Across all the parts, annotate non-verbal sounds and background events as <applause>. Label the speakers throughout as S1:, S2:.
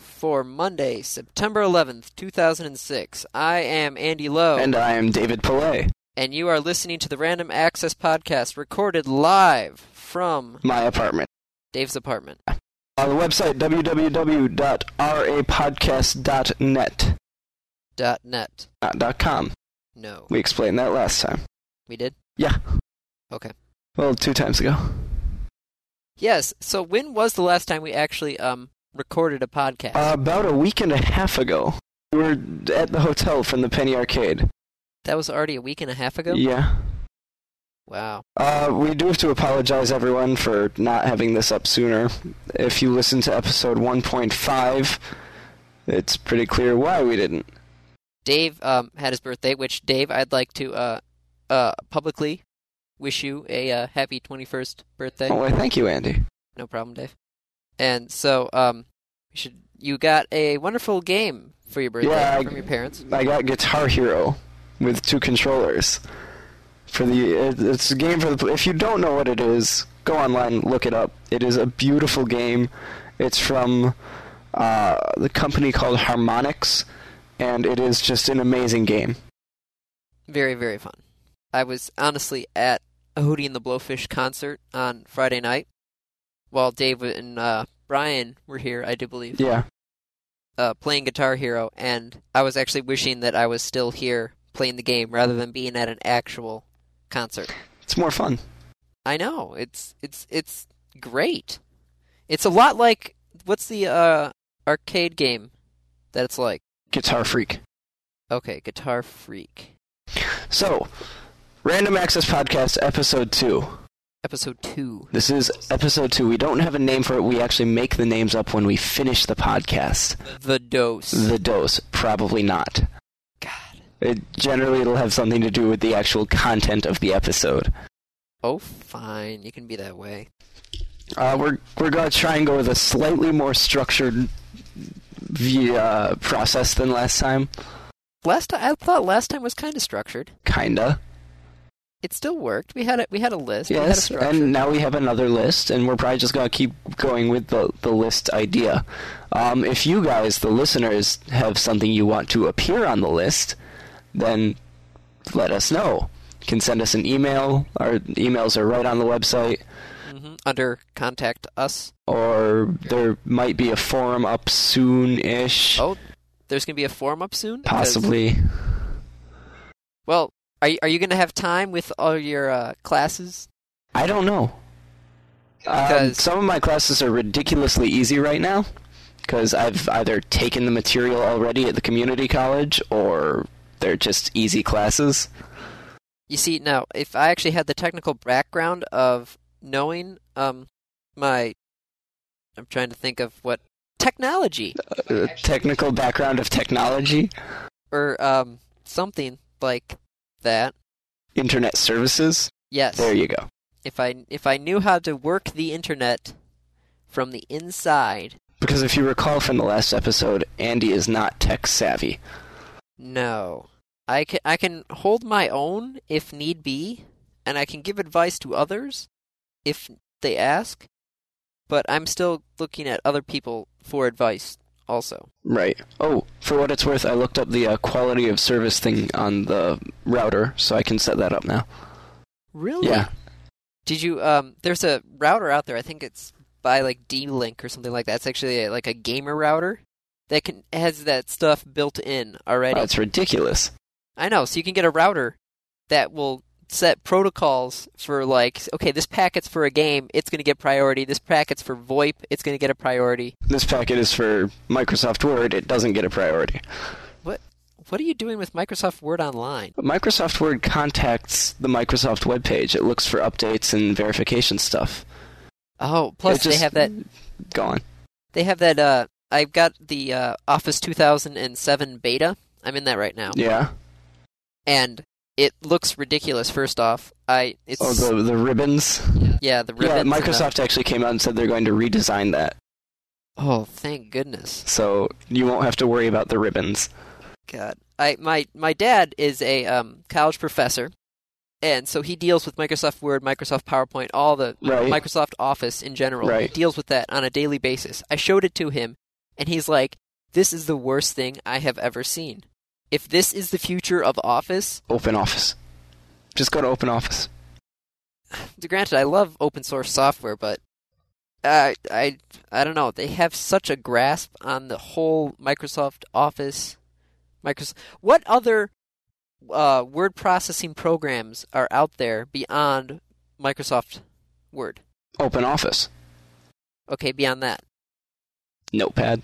S1: for Monday, September 11th, 2006. I am Andy Lowe,
S2: And I am David Pillay.
S1: and you are listening to the Random Access Podcast, recorded live from
S2: My apartment.
S1: Dave's apartment.
S2: On the website www.rapodcast.net.
S1: Dot .net.
S2: Not dot .com.
S1: No.
S2: We explained that last time.
S1: We did?
S2: Yeah.
S1: Okay.
S2: Well, two times ago.
S1: Yes, so when was the last time we actually um recorded a podcast?
S2: Uh, about a week and a half ago. We were at the hotel from the Penny Arcade.
S1: that was already a week and a half ago?
S2: Yeah.
S1: Wow.
S2: Uh, we do have to apologize, everyone, for not having this up sooner. If you listen to episode 1.5, it's pretty clear why we didn't.
S1: Dave um, had his birthday, which Dave, I'd like to uh, uh, publicly wish you a uh, happy 21st birthday.
S2: Oh, I thank you, Andy.
S1: No problem, Dave. And so, um, you should you got a wonderful game for your birthday
S2: Yeah, I-
S1: from your parents.
S2: I got Guitar Hero with two controllers. For the it- it's a game for the. If you don't know what it is, go online, look it up. It is a beautiful game. It's from uh, the company called Harmonix, and it is just an amazing game.
S1: Very very fun. I was honestly at a Hootie and the Blowfish concert on Friday night, while Dave and uh, Brian were here, I do believe,
S2: Yeah,
S1: uh, playing Guitar Hero, and I was actually wishing that I was still here playing the game rather than being at an actual concert.
S2: it's more fun.
S1: I know. It's it's it's great. It's a lot like what's the uh, arcade game that it's like?
S2: Guitar Freak.
S1: Okay, Guitar Freak.
S2: So, Random Access Podcast Episode Two.
S1: Episode two.
S2: This is Episode Two. We don't have a name for it. We actually make the names up when we finish the podcast.
S1: The dose.
S2: The dose, probably not.
S1: God.
S2: It generally it'll have something to do with the actual content of the episode.
S1: Oh fine, you can be that way.
S2: Uh, we're we're gonna try and go with a slightly more structured via uh, process than last time,
S1: Last ti- I thought last time was kinda structured.
S2: kinda.
S1: It still worked. We had a we had a list. we had a
S2: Yes,
S1: structure.
S2: and now we have another list, and we're probably just gonna keep going with the the list idea. Um, if you guys, the listeners, have something you want to appear on the list, then let us know. You can send us an email. Our emails are right on the website.
S1: hmm Under contact us.
S2: or there might be a forum up soon-ish,
S1: Oh there's gonna be a form up soon? 'Cause-
S2: possibly.
S1: Well, are you, are you gonna have time with all your uh, classes?
S2: I don't know. Um,
S1: Because-
S2: some of my classes are ridiculously easy right now because I've either taken the material already at the community college or they're just easy classes.
S1: You see, now if I actually had the technical background of knowing um my I'm trying to think of what technology
S2: Uh, technical background of technology,
S1: or um something like that.
S2: internet services.
S1: Yes.
S2: There you go.
S1: If I if I knew how to work the internet from the inside.
S2: Because if you recall from the last episode, Andy is not tech savvy.
S1: No. I can I can hold my own if need be and I can give advice to others if they ask, but I'm still looking at other people for advice also.
S2: Right. Oh, for what it's worth, I looked up the uh, quality of service thing on the router, so I can set that up now.
S1: Really?
S2: Yeah.
S1: Did you? Um, there's a router out there. I think it's by like D-Link or something like that. It's actually a, like a gamer router that can has that stuff built in already.
S2: That's ridiculous.
S1: I know. So you can get a router that will set protocols for like, okay, this packet's for a game, it's going to get priority. This packet's for VoIP, it's going to get a priority.
S2: This packet is for Microsoft Word. It doesn't get a priority.
S1: What? What are you doing with Microsoft Word Online?
S2: Microsoft Word contacts the Microsoft webpage. It looks for updates and verification stuff.
S1: Oh, plus
S2: It just-
S1: they have that.
S2: Go on.
S1: They have that. Uh, I've got the uh, Office 2007 beta. I'm in that right now.
S2: Yeah.
S1: and it looks ridiculous. First off, I it's
S2: Oh, the the ribbons.
S1: yeah the
S2: Yeah,
S1: ribbons. and the-
S2: Microsoft actually came out and said they're going to redesign that,
S1: oh, thank goodness,
S2: so you won't have to worry about the ribbons.
S1: God. I my my dad is a um, college professor, and so he deals with Microsoft Word, Microsoft PowerPoint, all the
S2: Right.
S1: Microsoft Office in general.
S2: Right.
S1: He deals with that on a daily basis. I showed it to him, and he's like, This is the worst thing I have ever seen. If this is the future of Office,
S2: Open Office. Just go to Open Office.
S1: granted, I love open source software, but I I I don't know. They have such a grasp on the whole Microsoft Office. Microsoft. What other uh, word processing programs are out there beyond Microsoft Word?
S2: Open Office.
S1: Okay, beyond that,
S2: Notepad.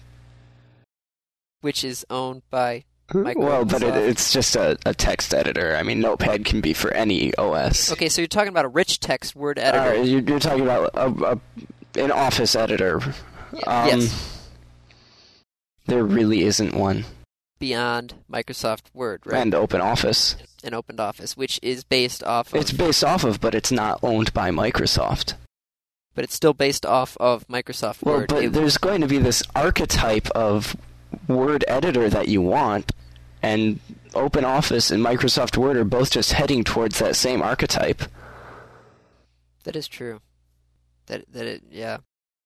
S1: which is owned by
S2: Well, but it,
S1: Microsoft.
S2: it's just a, a text editor. I mean, Notepad can be for any OS.
S1: okay. So you're talking about a rich text word
S2: All
S1: editor.
S2: right, you- you're talking about a, a, an Office editor.
S1: Y-
S2: Um,
S1: yes,
S2: There really isn't one.
S1: beyond Microsoft Word, right?
S2: And Open Office.
S1: And Opened Office, which is based off. Of,
S2: It's based off of, but it's not owned by Microsoft.
S1: but it's still based off of Microsoft
S2: Well,
S1: Word.
S2: but
S1: It-
S2: there's going to be this archetype of word editor that you want, and Open Office and Microsoft Word are both just heading towards that same archetype.
S1: That is true. That that it yeah.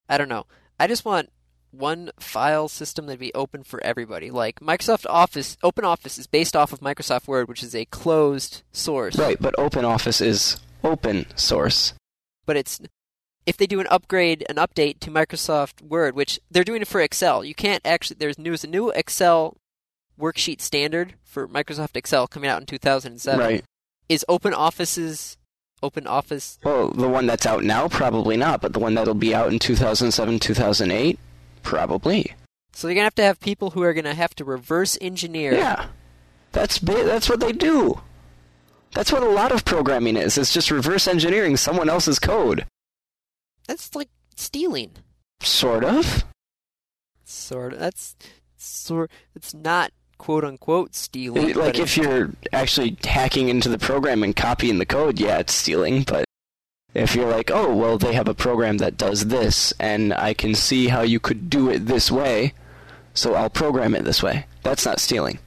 S1: I don't know. I just want one file system that'd be open for everybody. Like Microsoft Office, Open Office is based off of Microsoft Word, which is a closed source.
S2: Right, but Open Office is open source.
S1: But it's if they do an upgrade, an update to Microsoft Word, which they're doing it for Excel. You can't actually there's there's a new Excel worksheet standard for Microsoft Excel coming out in 2007.
S2: Right.
S1: Is Open Office's Open Office
S2: Well, the one that's out now, probably not, but the one that'll be out in 2007, 2008, probably.
S1: so they're gonna have to have people who are gonna have to reverse engineer
S2: Yeah. That's ba- that's what they do. That's what a lot of programming is. It's just reverse engineering someone else's code.
S1: That's like stealing.
S2: Sort of.
S1: Sort of. That's sort. It's not quote unquote stealing. but
S2: like
S1: it's-
S2: if you're actually hacking into the program and copying the code, yeah, it's stealing, but if you're like, "Oh, well, they have a program that does this and I can see how you could do it this way, so I'll program it this way." That's not stealing.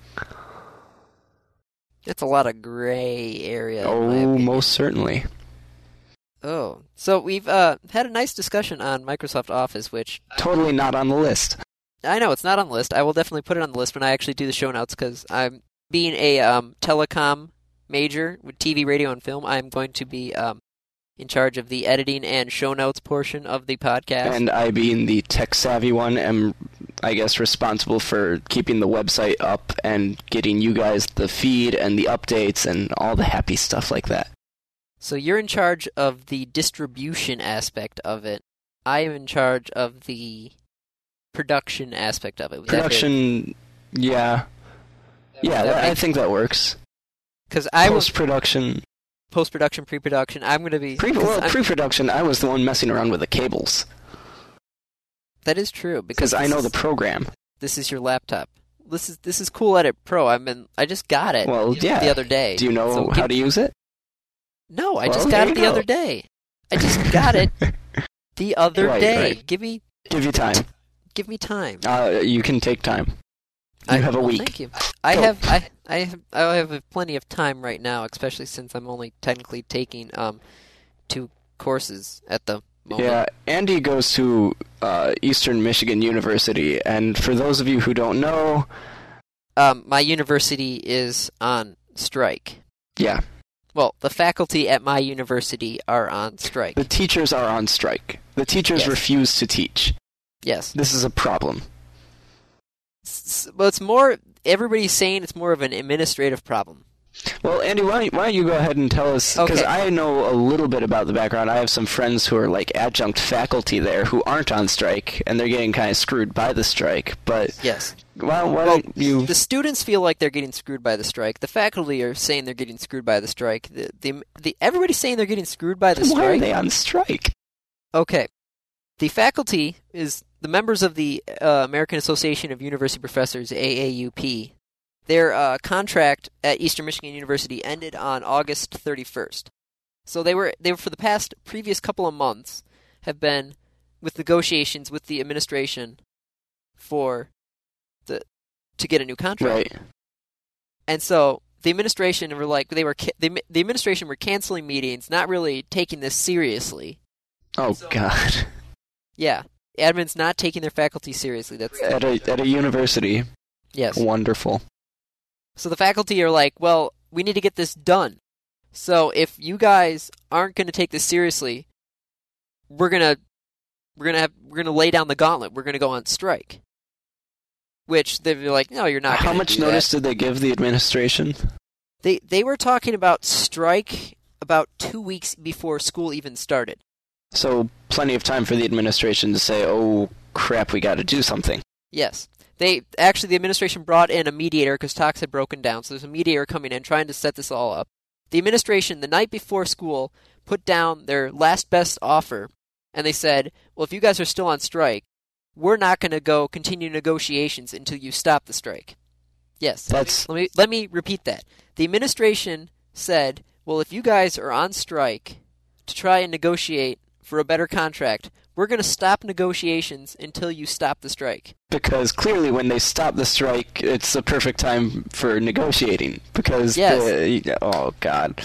S1: that's a lot of gray area. in my
S2: oh,
S1: opinion.
S2: most certainly.
S1: Oh, so we've uh, had a nice discussion on Microsoft Office, which
S2: Totally not on the list.
S1: I know it's not on the list. I will definitely put it on the list when I actually do the show notes because I'm being a um, telecom major with TV, radio, and film. I'm going to be um, in charge of the editing and show notes portion of the podcast.
S2: And I, being the tech savvy one, am, I guess, responsible for keeping the website up and getting you guys the feed and the updates and all the happy stuff like that.
S1: So you're in charge of the distribution aspect of it. I am in charge of the production aspect of it.
S2: Production, yeah. Yeah, that, I think that works.
S1: Because I was
S2: Post production.
S1: post production, pre production. I'm going to be.
S2: Pre
S1: 'cause
S2: well,
S1: I'm-
S2: pre production, I was the one messing around with the cables
S1: that is true because
S2: because I
S1: this
S2: know
S1: is-
S2: the program.
S1: This is your laptop. This is this is cool edit pro. I mean, I just got it
S2: Well, yeah.
S1: the other day.
S2: Do you know
S1: So
S2: how
S1: give-
S2: to use it?
S1: No, I
S2: Well,
S1: just got
S2: there
S1: it the
S2: you go.
S1: other day. I just got
S2: <laughs>
S1: it the other
S2: Right,
S1: day.
S2: right.
S1: Give me
S2: Give you time.
S1: give me time.
S2: Uh, you can take time.
S1: I
S2: You have a
S1: well,
S2: week.
S1: Thank you. I
S2: Go.
S1: have I I have I have plenty of time right now, especially since I'm only technically taking um two courses at the moment.
S2: Yeah, Andy goes to uh, Eastern Michigan University, and for those of you who don't know,
S1: Um, my university is on strike.
S2: yeah,
S1: Well, the faculty at my university are on strike.
S2: the teachers are on strike. The teachers
S1: Yes.
S2: refuse to teach.
S1: Yes.
S2: This is a problem.
S1: S- s- Well, it's more everybody's saying it's more of an administrative problem.
S2: Well, Andy, why don't, why don't you go ahead and tell us? Because
S1: Okay.
S2: I know a little bit about the background. I have some friends who are like adjunct faculty there who aren't on strike, and they're getting kind of screwed by the strike. But
S1: Yes.
S2: why, why don't you?
S1: The students feel like they're getting screwed by the strike. The faculty are saying they're getting screwed by the strike. The the, the everybody's saying they're getting screwed by the
S2: Why are
S1: strike.
S2: they on strike?
S1: Okay. The faculty is the members of the uh, American Association of University Professors, AAUP. Their uh, contract at Eastern Michigan University ended on August 31st. So they were they were for the past previous couple of months have been with negotiations with the administration for the to get a new contract.
S2: Right.
S1: And so the administration were like they were ca- the, admi- the administration were canceling meetings, not really taking this seriously. <laughs>
S2: Oh
S1: So-
S2: God.
S1: Yeah. admins not taking their faculty seriously. That's
S2: at a at a university.
S1: yes.
S2: Wonderful.
S1: So the faculty are like, well, we need to get this done. So if you guys aren't going to take this seriously, we're gonna we're gonna have, we're gonna lay down the gauntlet. We're gonna go on strike. Which they're like, no, you're not.
S2: How
S1: gonna
S2: much
S1: do that."
S2: notice did they give the administration?
S1: They they were talking about strike about two weeks before school even started.
S2: So plenty of time for the administration to say, "Oh crap, we got to do something."
S1: Yes. They actually the administration brought in a mediator because talks had broken down, so there's a mediator coming in trying to set this all up. The administration the night before school put down their last best offer, and they said, "Well, if you guys are still on strike, we're not going to go continue negotiations until you stop the strike." Yes.
S2: That's
S1: Let me let me repeat that. The administration said, "Well, if you guys are on strike to try and negotiate for a better contract, we're going to stop negotiations until you stop the strike."
S2: because clearly when they stop the strike, it's the perfect time for negotiating because
S1: Yes.
S2: the, oh god.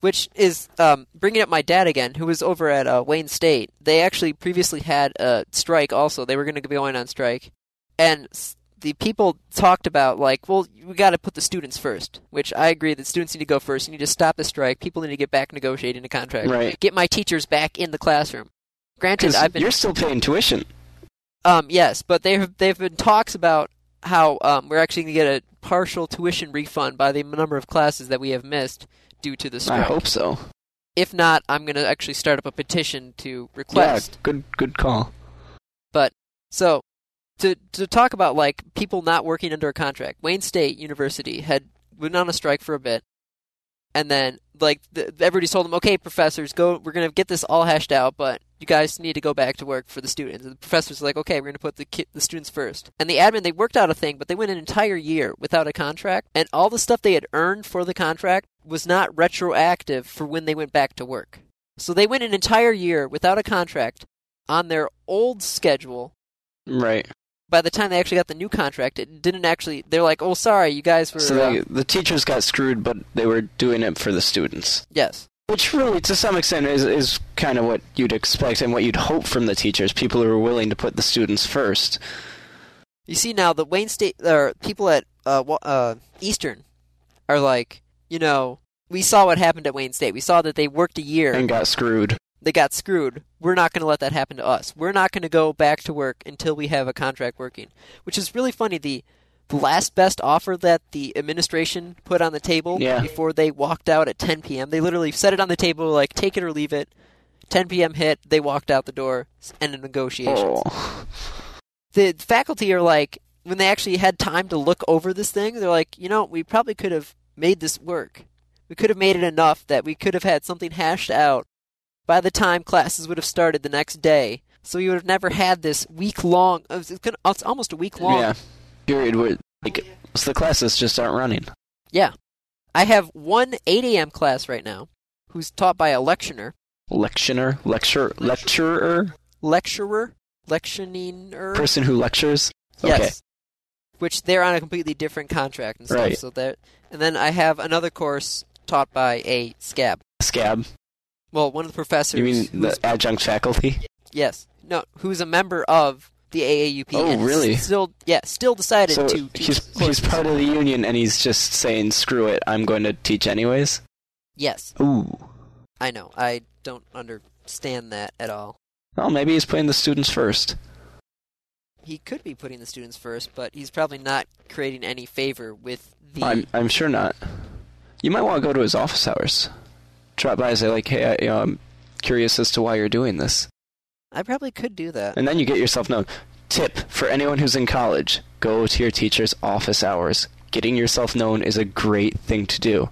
S1: which is um, bringing up my dad again, who was over at uh, Wayne State. They actually previously had a strike. Also, they were going to be going on strike, and s- the people talked about like, well, we got to put the students first. Which I agree that students need to go first. You need to stop the strike. People need to get back negotiating the contract.
S2: Right.
S1: Get my teachers back in the classroom. Granted,
S2: 'Cause
S1: I've been
S2: you're still paying tuition.
S1: <laughs> um, yes, but there they've been talks about how um, we're actually going to get a partial tuition refund by the number of classes that we have missed due to the
S2: I
S1: strike.
S2: hope so.
S1: If not, I'm going to actually start up a petition to request.
S2: Yeah, good good call.
S1: So, to to talk about like people not working under a contract, Wayne State University had been on a strike for a bit, and then like the, everybody told them, okay, professors, go. We're going to get this all hashed out, but you guys need to go back to work for the students. And the professors were like, okay, we're going to put the ki- the students first. And the admin they worked out a thing, but they went an entire year without a contract, and all the stuff they had earned for the contract was not retroactive for when they went back to work. So they went an entire year without a contract on their old schedule
S2: Right.
S1: by the time they actually got the new contract, it didn't actually. They're like, "Oh, sorry, you guys were."
S2: So
S1: uh,
S2: they, the teachers got screwed, but they were doing it for the students,
S1: yes,
S2: which really, to some extent, is is kind of what you'd expect and what you'd hope from the teachers. People who are willing to put the students first.
S1: you see now the Wayne State or people at uh, Wa- uh, Eastern are like, you know, we saw what happened at Wayne State. We saw that they worked a year,
S2: and got screwed.
S1: they got screwed. We're not going to let that happen to us. We're not going to go back to work until we have a contract working, which is really funny. The the last best offer that the administration put on the table
S2: Yeah.
S1: before they walked out at 10 p.m. They literally set it on the table, like take it or leave it. 10 p.m. hit, they walked out the door, ended negotiations.
S2: Oh,
S1: The faculty are like, when they actually had time to look over this thing, they're like, you know, we probably could have made this work. We could have made it enough that we could have had something hashed out by the time classes would have started the next day. So you would have never had this week long. It's gonna- it's almost a week long
S2: yeah. Period. Where like so the classes just aren't running.
S1: I have one 8 a.m. class right now who's taught by a lectioner.
S2: Lectioner, lecture, lecturer,
S1: Lecturer? Lectioning-er?
S2: person who lectures.
S1: yes.
S2: Okay.
S1: Which they're on a completely different contract and stuff.
S2: Right.
S1: So that, and then I have another course taught by a scab.
S2: Scab.
S1: Well, one of the professors.
S2: You mean the
S1: who's-
S2: adjunct faculty?
S1: yes. No, who's a member of the AAUP.
S2: Oh,
S1: and
S2: really?
S1: Still, yeah, still decided
S2: So
S1: to. teach
S2: he's he's
S1: courses.
S2: part of the union, and he's just saying, "Screw it, I'm going to teach anyways."
S1: Yes,
S2: Ooh.
S1: I know. I don't understand that at all.
S2: Well, maybe he's putting the students first.
S1: He could be putting the students first, but he's probably not creating any favor with the.
S2: I'm I'm sure not. You might want to go to his office hours. Drop by and say like, "Hey, I, you know, I'm curious as to why you're doing this,"
S1: I probably could do that.
S2: and then you get yourself known. Tip for anyone who's in college: go to your teacher's office hours. Getting yourself known is a great thing to do.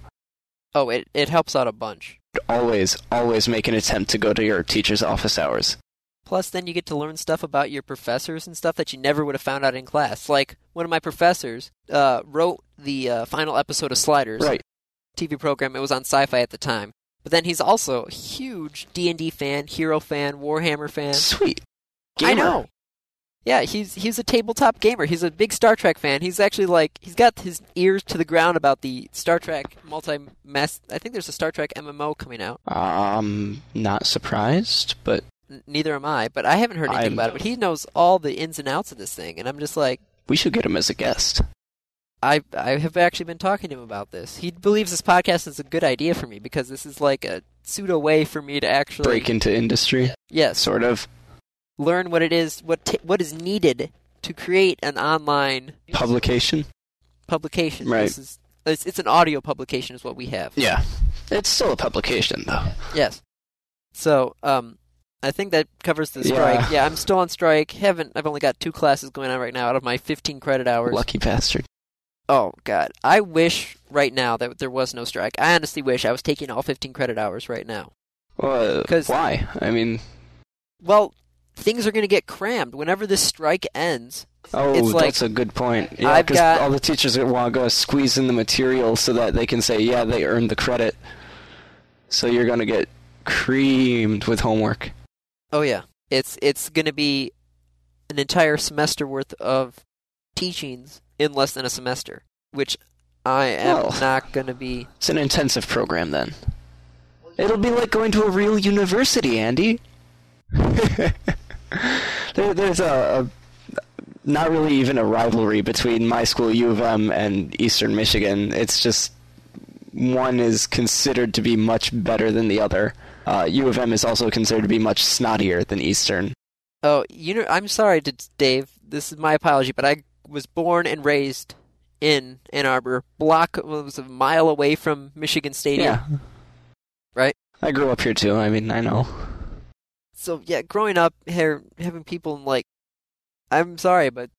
S1: Oh, it it helps out a bunch.
S2: Always, always make an attempt to go to your teacher's office hours.
S1: Plus, then you get to learn stuff about your professors and stuff that you never would have found out in class. Like one of my professors uh, wrote the uh, final episode of Sliders
S2: Right.
S1: TV program. It was on Sci-Fi at the time. But then he's also a huge D and D fan, Hero fan, Warhammer fan.
S2: Sweet.
S1: I
S2: Gamer.
S1: know. Yeah, he's he's a tabletop gamer. He's a big Star Trek fan. He's actually like he's got his ears to the ground about the Star Trek multi mess. I think there's a Star Trek MMO coming out.
S2: Um, not surprised, but
S1: n- neither am I, but I haven't heard anything
S2: I'm-
S1: about it. But he knows all the ins and outs of this thing, and I'm just like,
S2: We should get him as a guest.
S1: I I have actually been talking to him about this. He believes this podcast is a good idea for me because this is like a pseudo way for me to actually
S2: Break into industry,
S1: yes
S2: sort of.
S1: learn what it is what t- what is needed to create an online
S2: Publication.
S1: publication.
S2: Right.
S1: This is it's, it's an audio publication is what we have.
S2: Yeah. It's still a publication, though.
S1: Yes. So, um, I think that covers the
S2: Yeah.
S1: strike. Yeah. I'm still on strike. Haven't I've only got two classes going on right now out of my 15 credit hours.
S2: Lucky bastard.
S1: Oh God, I wish right now that there was no strike. I honestly wish I was taking all 15 credit hours right now.
S2: Well, uh,
S1: 'Cause-
S2: why? I mean,
S1: Well, things are going to get crammed whenever this strike ends.
S2: oh,
S1: It's like-
S2: that's a good point. Yeah,
S1: I've
S2: because
S1: got-
S2: all the teachers want to squeeze in the material so that they can say, yeah, they earned the credit. So you're going to get creamed with homework.
S1: Oh yeah, it's it's going to be an entire semester worth of teachings in less than a semester, which I am
S2: Well.
S1: not going to be.
S2: It's an intensive program then. It'll be like going to a real university, Andy. <laughs> there, there's a, a not really even a rivalry between my school U of M and Eastern Michigan. It's just one is considered to be much better than the other. Uh, U of M is also considered to be much snottier than Eastern.
S1: Oh, you know, I'm sorry, to Dave. This is my apology, but I was born and raised in Ann Arbor, block well, it was a mile away from Michigan Stadium. Right.
S2: I grew up here too. I mean, I know.
S1: So yeah, growing up here, having people like, I'm sorry, but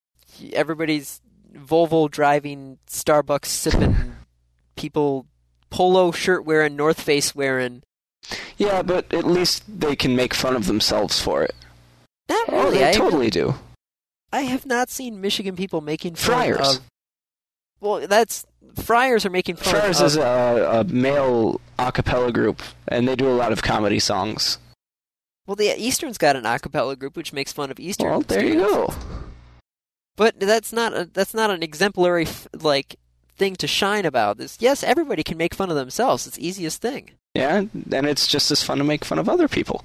S1: everybody's Volvo driving, Starbucks
S2: <laughs>
S1: sipping, people polo shirt wearing, North Face wearing.
S2: Yeah, but at least they can make fun of themselves for it.
S1: Not
S2: Oh,
S1: really.
S2: they
S1: I,
S2: totally do.
S1: I have not seen Michigan people making fun
S2: Friars.
S1: of. Well, that's Friars are making fun
S2: Friars
S1: of.
S2: is a, a male a cappella group, and they do a lot of comedy songs.
S1: Well, the Eastern's got an a cappella group which makes fun of Eastern.
S2: Well, there you
S1: students.
S2: go.
S1: But that's not a, that's not an exemplary f- like thing to shine about. This yes, everybody can make fun of themselves. It's the easiest thing.
S2: Yeah, and it's just as fun to make fun of other people.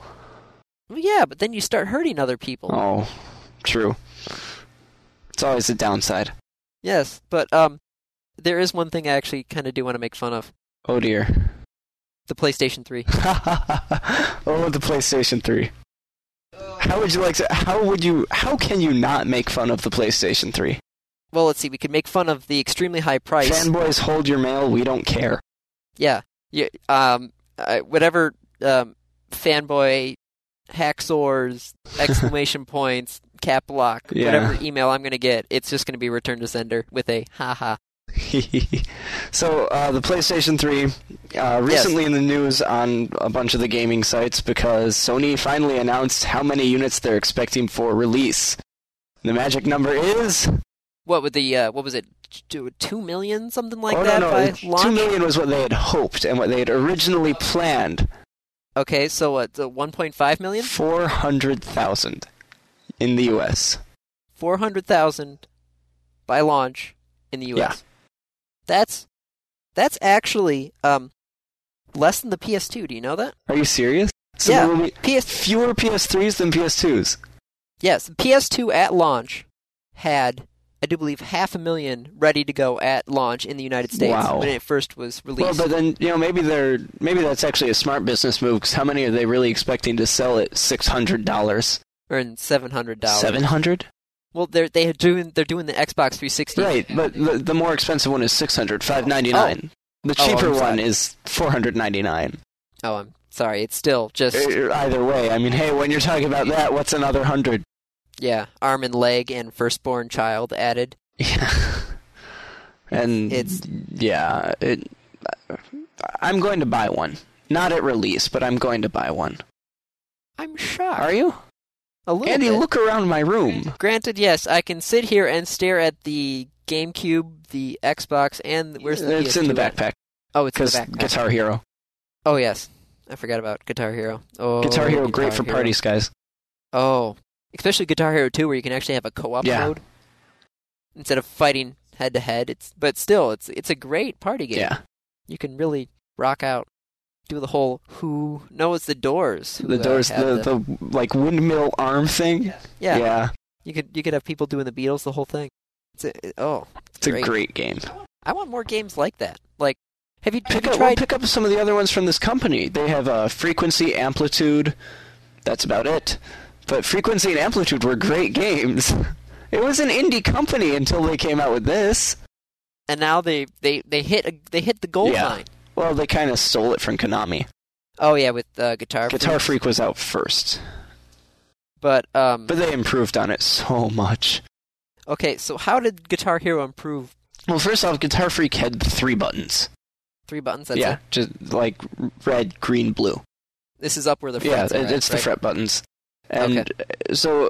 S1: Well, yeah, but then you start hurting other people.
S2: Oh, true. It's always a downside.
S1: Yes, but um, there is one thing I actually kind of do want to make fun of:
S2: Oh dear. <laughs>
S1: the PlayStation Three.
S2: oh, the PlayStation Three. How would you like to? How would you? How can you not make fun of the PlayStation Three?
S1: Well, let's see. We could make fun of the extremely high price.
S2: Fanboys, hold your mail. We don't care.
S1: Yeah. Yeah. Um. I, whatever. Um. Fanboy,
S2: <laughs>
S1: hacksaws, exclamation points, cap lock,
S2: Yeah.
S1: whatever email I'm gonna get, it's just gonna be returned to sender with a haha.
S2: <laughs> so uh, the PlayStation 3 uh, recently in the news on a bunch of the gaming sites because Sony finally announced how many units they're expecting for release. The magic number is
S1: What would the uh, what was it? Two, two million something like
S2: oh
S1: that
S2: no no
S1: by
S2: it's-
S1: launch.
S2: two million was what they had hoped and what they had originally planned
S1: Okay, so what? The 1.5 million,
S2: four hundred thousand in the U.S.
S1: 400,000 by launch in the U.S.
S2: Yeah.
S1: That's that's actually um less than the PS2. Do you know that?
S2: Are you serious? So
S1: Yeah.
S2: there will be
S1: PS
S2: fewer PS3s than PS2s.
S1: Yes, PS2 at launch had, I do believe, half a million ready to go at launch in the United States
S2: Wow.
S1: when it first was
S2: Well,
S1: released.
S2: but then you know maybe they're maybe that's actually a smart business move because how many are they really expecting to sell at six hundred dollars,
S1: earned seven hundred dollars.
S2: seven hundred?
S1: Well, they're they had doing they're doing the Xbox 360.
S2: Right, but the, the more expensive one is six hundred, five ninety nine. The
S1: Oh, I'm
S2: cheaper one
S1: sorry.
S2: is four hundred ninety nine.
S1: Oh, I'm sorry. It's still just
S2: Either way, I mean, hey, when you're talking about that, what's another hundred? <laughs>
S1: yeah, arm and leg and firstborn child added.
S2: Yeah, and
S1: It's-
S2: yeah, it. I'm going to buy one, not at release, but I'm going to buy one.
S1: I'm shocked.
S2: Are you,
S1: A little
S2: Andy?
S1: bit.
S2: Look around my room.
S1: Granted, yes, I can sit here and stare at the GameCube, the Xbox, and where's the
S2: it's in the
S1: PS2 at?
S2: backpack
S1: Oh, it's in the
S2: because
S1: backpack.
S2: Guitar Hero.
S1: Oh yes, I forgot about Guitar Hero. Oh,
S2: Guitar Hero, great
S1: Guitar
S2: for
S1: Hero.
S2: parties, guys.
S1: Oh, especially Guitar Hero 2, where you can actually have a co-op
S2: Yeah.
S1: mode instead of fighting head to head. It's but still, it's it's a great party game.
S2: Yeah.
S1: You can really rock out. do the whole who. No, it's the doors. who,
S2: The
S1: uh,
S2: doors,
S1: had
S2: the, the like windmill arm thing.
S1: yeah.
S2: yeah
S1: You could you could have people doing the Beatles, the whole thing. It's a, it- oh,
S2: it's a great game.
S1: I want more games like that. Like, have you, have
S2: Pick
S1: you
S2: up, well,
S1: tried?
S2: pick up some of the other ones from this company. They have uh, frequency, amplitude. That's about it. But frequency and amplitude were great games. <laughs> It was an indie company until they came out with this.
S1: and now they they they hit a, they hit the goal
S2: Yeah.
S1: line.
S2: Well, they kind of stole it from Konami.
S1: Oh yeah, with uh, guitar.
S2: Guitar
S1: Freak.
S2: Freak was out first,
S1: But um,
S2: but they improved on it so much.
S1: okay, so how did Guitar Hero improve?
S2: Well, first off, Guitar Freak had three buttons.
S1: Three buttons. That's
S2: yeah,
S1: it.
S2: just like red, green, blue.
S1: This is up where the
S2: yeah,
S1: frets are
S2: it-
S1: at,
S2: it's the
S1: right?
S2: fret buttons. And uh, so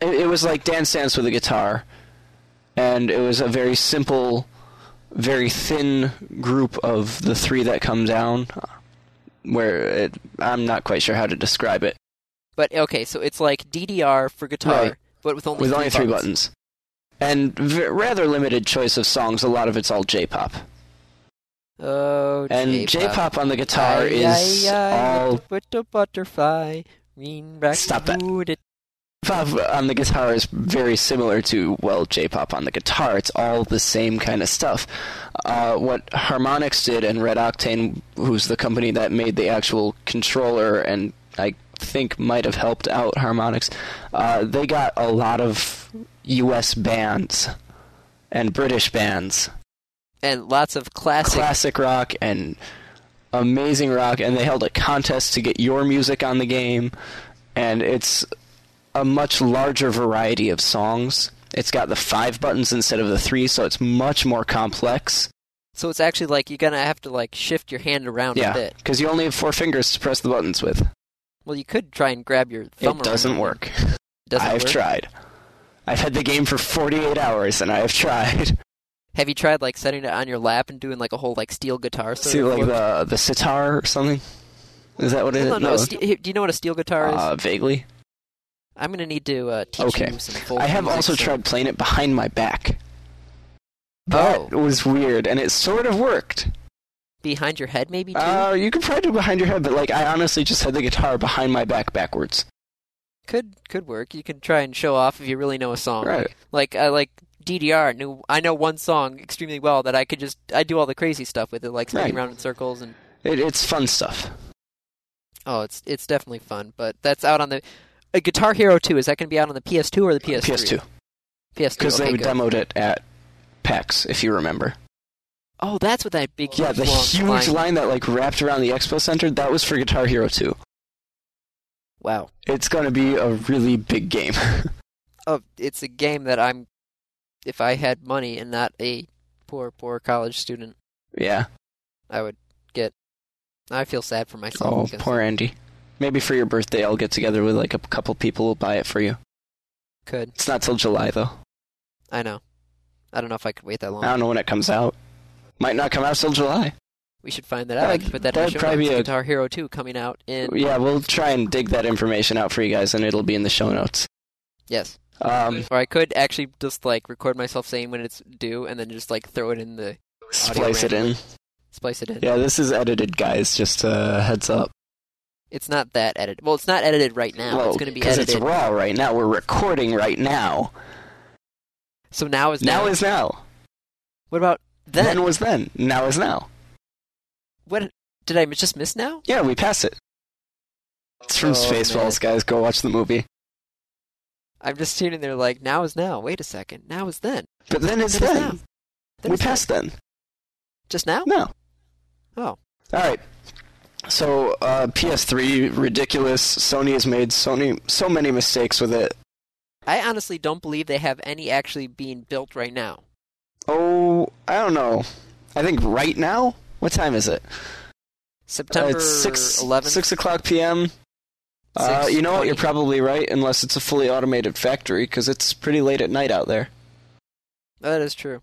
S2: it, it was like Dance Dance with a guitar, and it was a very simple, very thin group of the three that come down. Where it, I'm not quite sure how to describe it.
S1: But okay, so it's like DDR for guitar,
S2: Right.
S1: but with only
S2: with
S1: three
S2: only three buttons. And v- rather limited choice of songs. A lot of it's all J-pop.
S1: Oh,
S2: And J-pop on the guitar is
S1: Aye, aye,
S2: all
S1: little, little butterfly, lean back,
S2: Stop that.
S1: wood it.
S2: Pop on the guitar is very similar to well J-pop on the guitar. It's all the same kind of stuff. Uh, what Harmonix did and Red Octane, who's the company that made the actual controller, and I think might have helped out Harmonix, uh, they got a lot of U.S. bands and British bands,
S1: and lots of classic.
S2: classic rock and amazing rock, and they held a contest to get your music on the game, and it's a much larger variety of songs. It's got the five buttons instead of the three, so it's much more complex.
S1: so it's actually like you're gonna have to like shift your hand around a
S2: Yeah,
S1: bit.
S2: because you only have four fingers to press the buttons with.
S1: Well, you could try and grab your thumb.
S2: It
S1: around
S2: doesn't work.
S1: Doesn't
S2: I've
S1: work?
S2: tried. I've had the game for 48 hours, and I
S1: <laughs>
S2: have tried.
S1: Have you tried like setting it on your lap and doing like a whole like steel guitar? Sort
S2: See,
S1: of
S2: like
S1: look?
S2: the the sitar or something. Is that what it is?
S1: no, no, no. ste- do you know what a steel guitar is?
S2: Uh, vaguely.
S1: I'm gonna need to uh, teach
S2: okay.
S1: you some full. uh,
S2: I have
S1: music
S2: also
S1: stuff.
S2: tried playing it behind my back. That
S1: Oh.
S2: was weird, and it sort of worked.
S1: behind your head, maybe too.
S2: Uh, you could probably do it behind your head, but like I honestly just had the guitar behind my back backwards.
S1: could could work. You can try and show off if you really know a song.
S2: Right.
S1: Like I like DDR. Knew I know one song extremely well that I could just I do all the crazy stuff with it, like spinning
S2: Right.
S1: around in circles and
S2: It, it's fun stuff.
S1: oh, it's it's definitely fun. But that's out on the uh, Guitar Hero 2. Is that going to be out on the PS2 or the PS3?
S2: PS2
S1: PS2.
S2: because
S1: okay,
S2: they
S1: good.
S2: demoed it at PAX, if you remember.
S1: Oh, that's what that big
S2: Yeah, the
S1: long
S2: huge
S1: line.
S2: line that like wrapped around the expo center that was for Guitar Hero 2.
S1: Wow.
S2: It's gonna be a really big game. <laughs>
S1: Oh, it's a game that I'm. If I had money and not a poor poor college student,
S2: yeah.
S1: I would get. I feel sad for myself.
S2: Oh,
S1: because-
S2: poor Andy. Maybe for your birthday, I'll get together with like a couple people who'll buy it for you.
S1: Could
S2: It's not till July though.
S1: I know? I don't know if I could wait that long.
S2: I don't know when it comes out. Might not come out till July.
S1: We should find that out. I
S2: That'd-
S1: could put that in the
S2: that'd
S1: show
S2: probably
S1: notes.
S2: be a-
S1: Guitar Hero 2 coming out in
S2: Yeah, we'll try and dig that information out for you guys, and it'll be in the show notes.
S1: yes.
S2: Um,
S1: Or I could actually just like record myself saying when it's due, and then just like throw it in the
S2: splice it in.
S1: splice it in.
S2: Yeah, this is edited, guys. Just a heads up.
S1: It's not that edited. Well, it's not edited right now.
S2: well,
S1: it's going to be
S2: 'cause
S1: edited.
S2: it's raw right now. We're recording right now.
S1: so now is
S2: Now is now.
S1: what about then?
S2: Then was then. Now is now.
S1: What did I just miss? Now?
S2: Yeah, we pass it. It's from
S1: Oh,
S2: Spaceballs, guys. Go watch the movie.
S1: I'm just sitting there like now is now. Wait a second. Now is then.
S2: But then it's
S1: Then is
S2: then.
S1: now. Then
S2: we
S1: is now.
S2: passed then.
S1: just now.
S2: No.
S1: Oh,
S2: All right. So uh, PS3 ridiculous. Sony has made Sony so many mistakes with it.
S1: I honestly don't believe they have any actually being built right now.
S2: Oh, I don't know. I think right now. What time is it?
S1: September
S2: uh, it's six
S1: 11th.
S2: six o'clock p.m. Uh,
S1: Six
S2: you know what? You're
S1: twenty.
S2: probably right, unless it's a fully automated factory, because it's pretty late at night out there.
S1: Oh, That is true.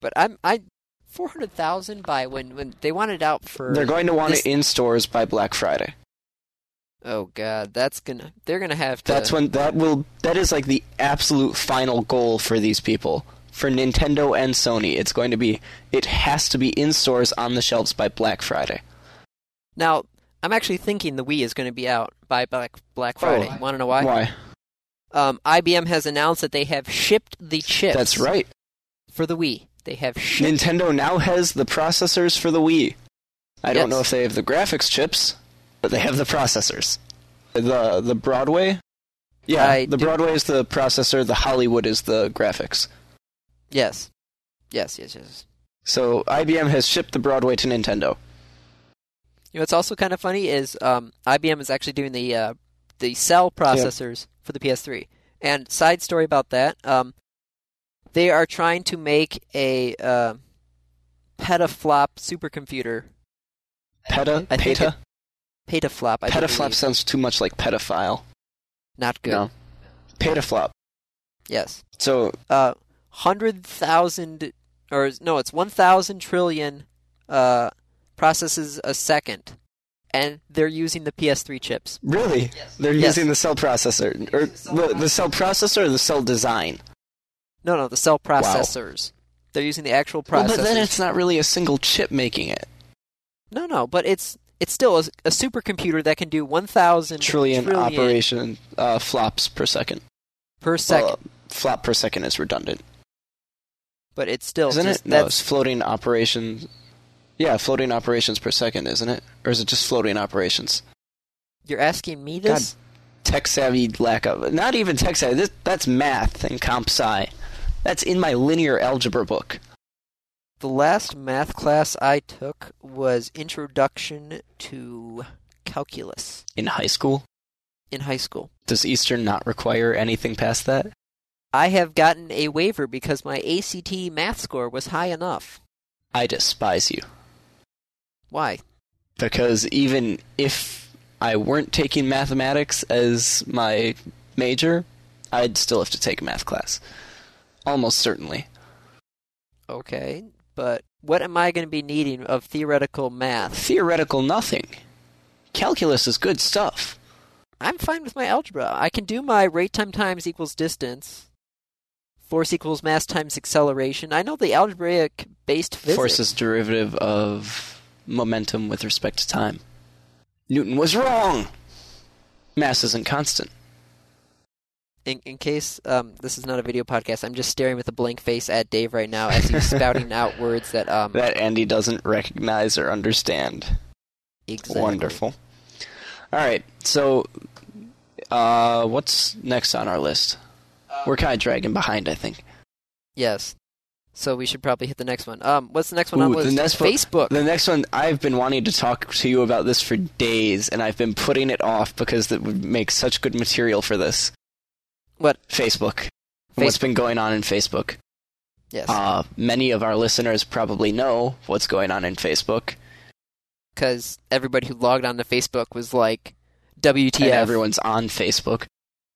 S1: But I'm I four hundred thousand by when when they want it out for
S2: They're going to want
S1: this-
S2: it in stores by Black Friday.
S1: Oh god, that's gonna they're gonna have to
S2: That's when that will. That is like the absolute final goal for these people, for Nintendo and Sony. It's going to be. It has to be in stores on the shelves by Black Friday.
S1: Now, I'm actually thinking the Wii is going to be out by Black Black Friday.
S2: Oh.
S1: Want to know why?
S2: Why?
S1: Um, IBM has announced that they have shipped the chips.
S2: That's right.
S1: For the Wii, they have shipped.
S2: Nintendo now has the processors for the Wii. I don't
S1: Yes.
S2: know if they have the graphics chips, but they have the processors. The the Broadway? Yeah,
S1: I
S2: the
S1: do-
S2: Broadway is the processor, the Hollywood is the graphics.
S1: Yes, yes, yes, yes.
S2: So IBM has shipped the Broadway to Nintendo.
S1: You know what's also kind of funny is um, IBM is actually doing the uh, the cell processors for the PS3. And side story about that, um, they are trying to make a uh, petaflop supercomputer.
S2: Peta?
S1: I think
S2: Peta?
S1: Petaflop. I do
S2: Petaflop
S1: believe.
S2: sounds too much like pedophile.
S1: Not good.
S2: No. Petaflop.
S1: Yes.
S2: So
S1: Uh, hundred thousand, or no, it's one thousand trillion uh, processes a second, and they're using the PS3 chips.
S2: really, they're
S1: Yes.
S2: using the cell processor, or the, the cell processor, or the cell design.
S1: No, no, the cell processors. They're using the actual processors.
S2: Well, but then it's not really a single chip making it.
S1: No, no, but it's it's still a, a supercomputer that can do one thousand
S2: trillion, operation uh, flops per second.
S1: per second.
S2: Well, flop per second is redundant,
S1: but it's still
S2: isn't
S1: just,
S2: it? No, it's
S1: that's
S2: floating operations. Yeah, floating operations per second, isn't it? Or is it just floating operations?
S1: you're asking me this.
S2: Tech savvy lack of not even tech savvy. This, that's math and comp sci. That's in my linear algebra book.
S1: The last math class I took was Introduction to Calculus
S2: In high school,
S1: in high school.
S2: does Eastern not require anything past that?
S1: I have gotten a waiver because my ACT math score was high enough.
S2: I despise you.
S1: Why?
S2: because even if I weren't taking mathematics as my major, I'd still have to take a math class. Almost certainly.
S1: Okay, but what am I going to be needing of theoretical math?
S2: Theoretical nothing. Calculus is good stuff.
S1: I'm fine with my algebra. I can do my rate time times equals distance, force equals mass times acceleration. I know the algebraic based physics.
S2: Force is derivative of momentum with respect to time. Newton was wrong. Mass isn't constant.
S1: In, in case um, this is not a video podcast, I'm just staring with a blank face at Dave right now as he's
S2: <laughs>
S1: spouting out words that um
S2: That Andy doesn't recognize or understand.
S1: exactly.
S2: Wonderful. All right, so uh, what's next on our list? We're kind of dragging behind, I think.
S1: Yes. So we should probably hit the next one. Um, what's the next one on
S2: Ooh,
S1: the list?
S2: one-
S1: Facebook.
S2: The next one, I've been wanting to talk to you about this for days, and I've been putting it off because that would make such good material for this.
S1: What?
S2: Facebook. And What's been going on in Facebook?
S1: Yes.
S2: Uh, many of our listeners probably know what's going on in Facebook.
S1: Because everybody who logged on to Facebook was like,
S2: and
S1: WTF.
S2: everyone's on Facebook.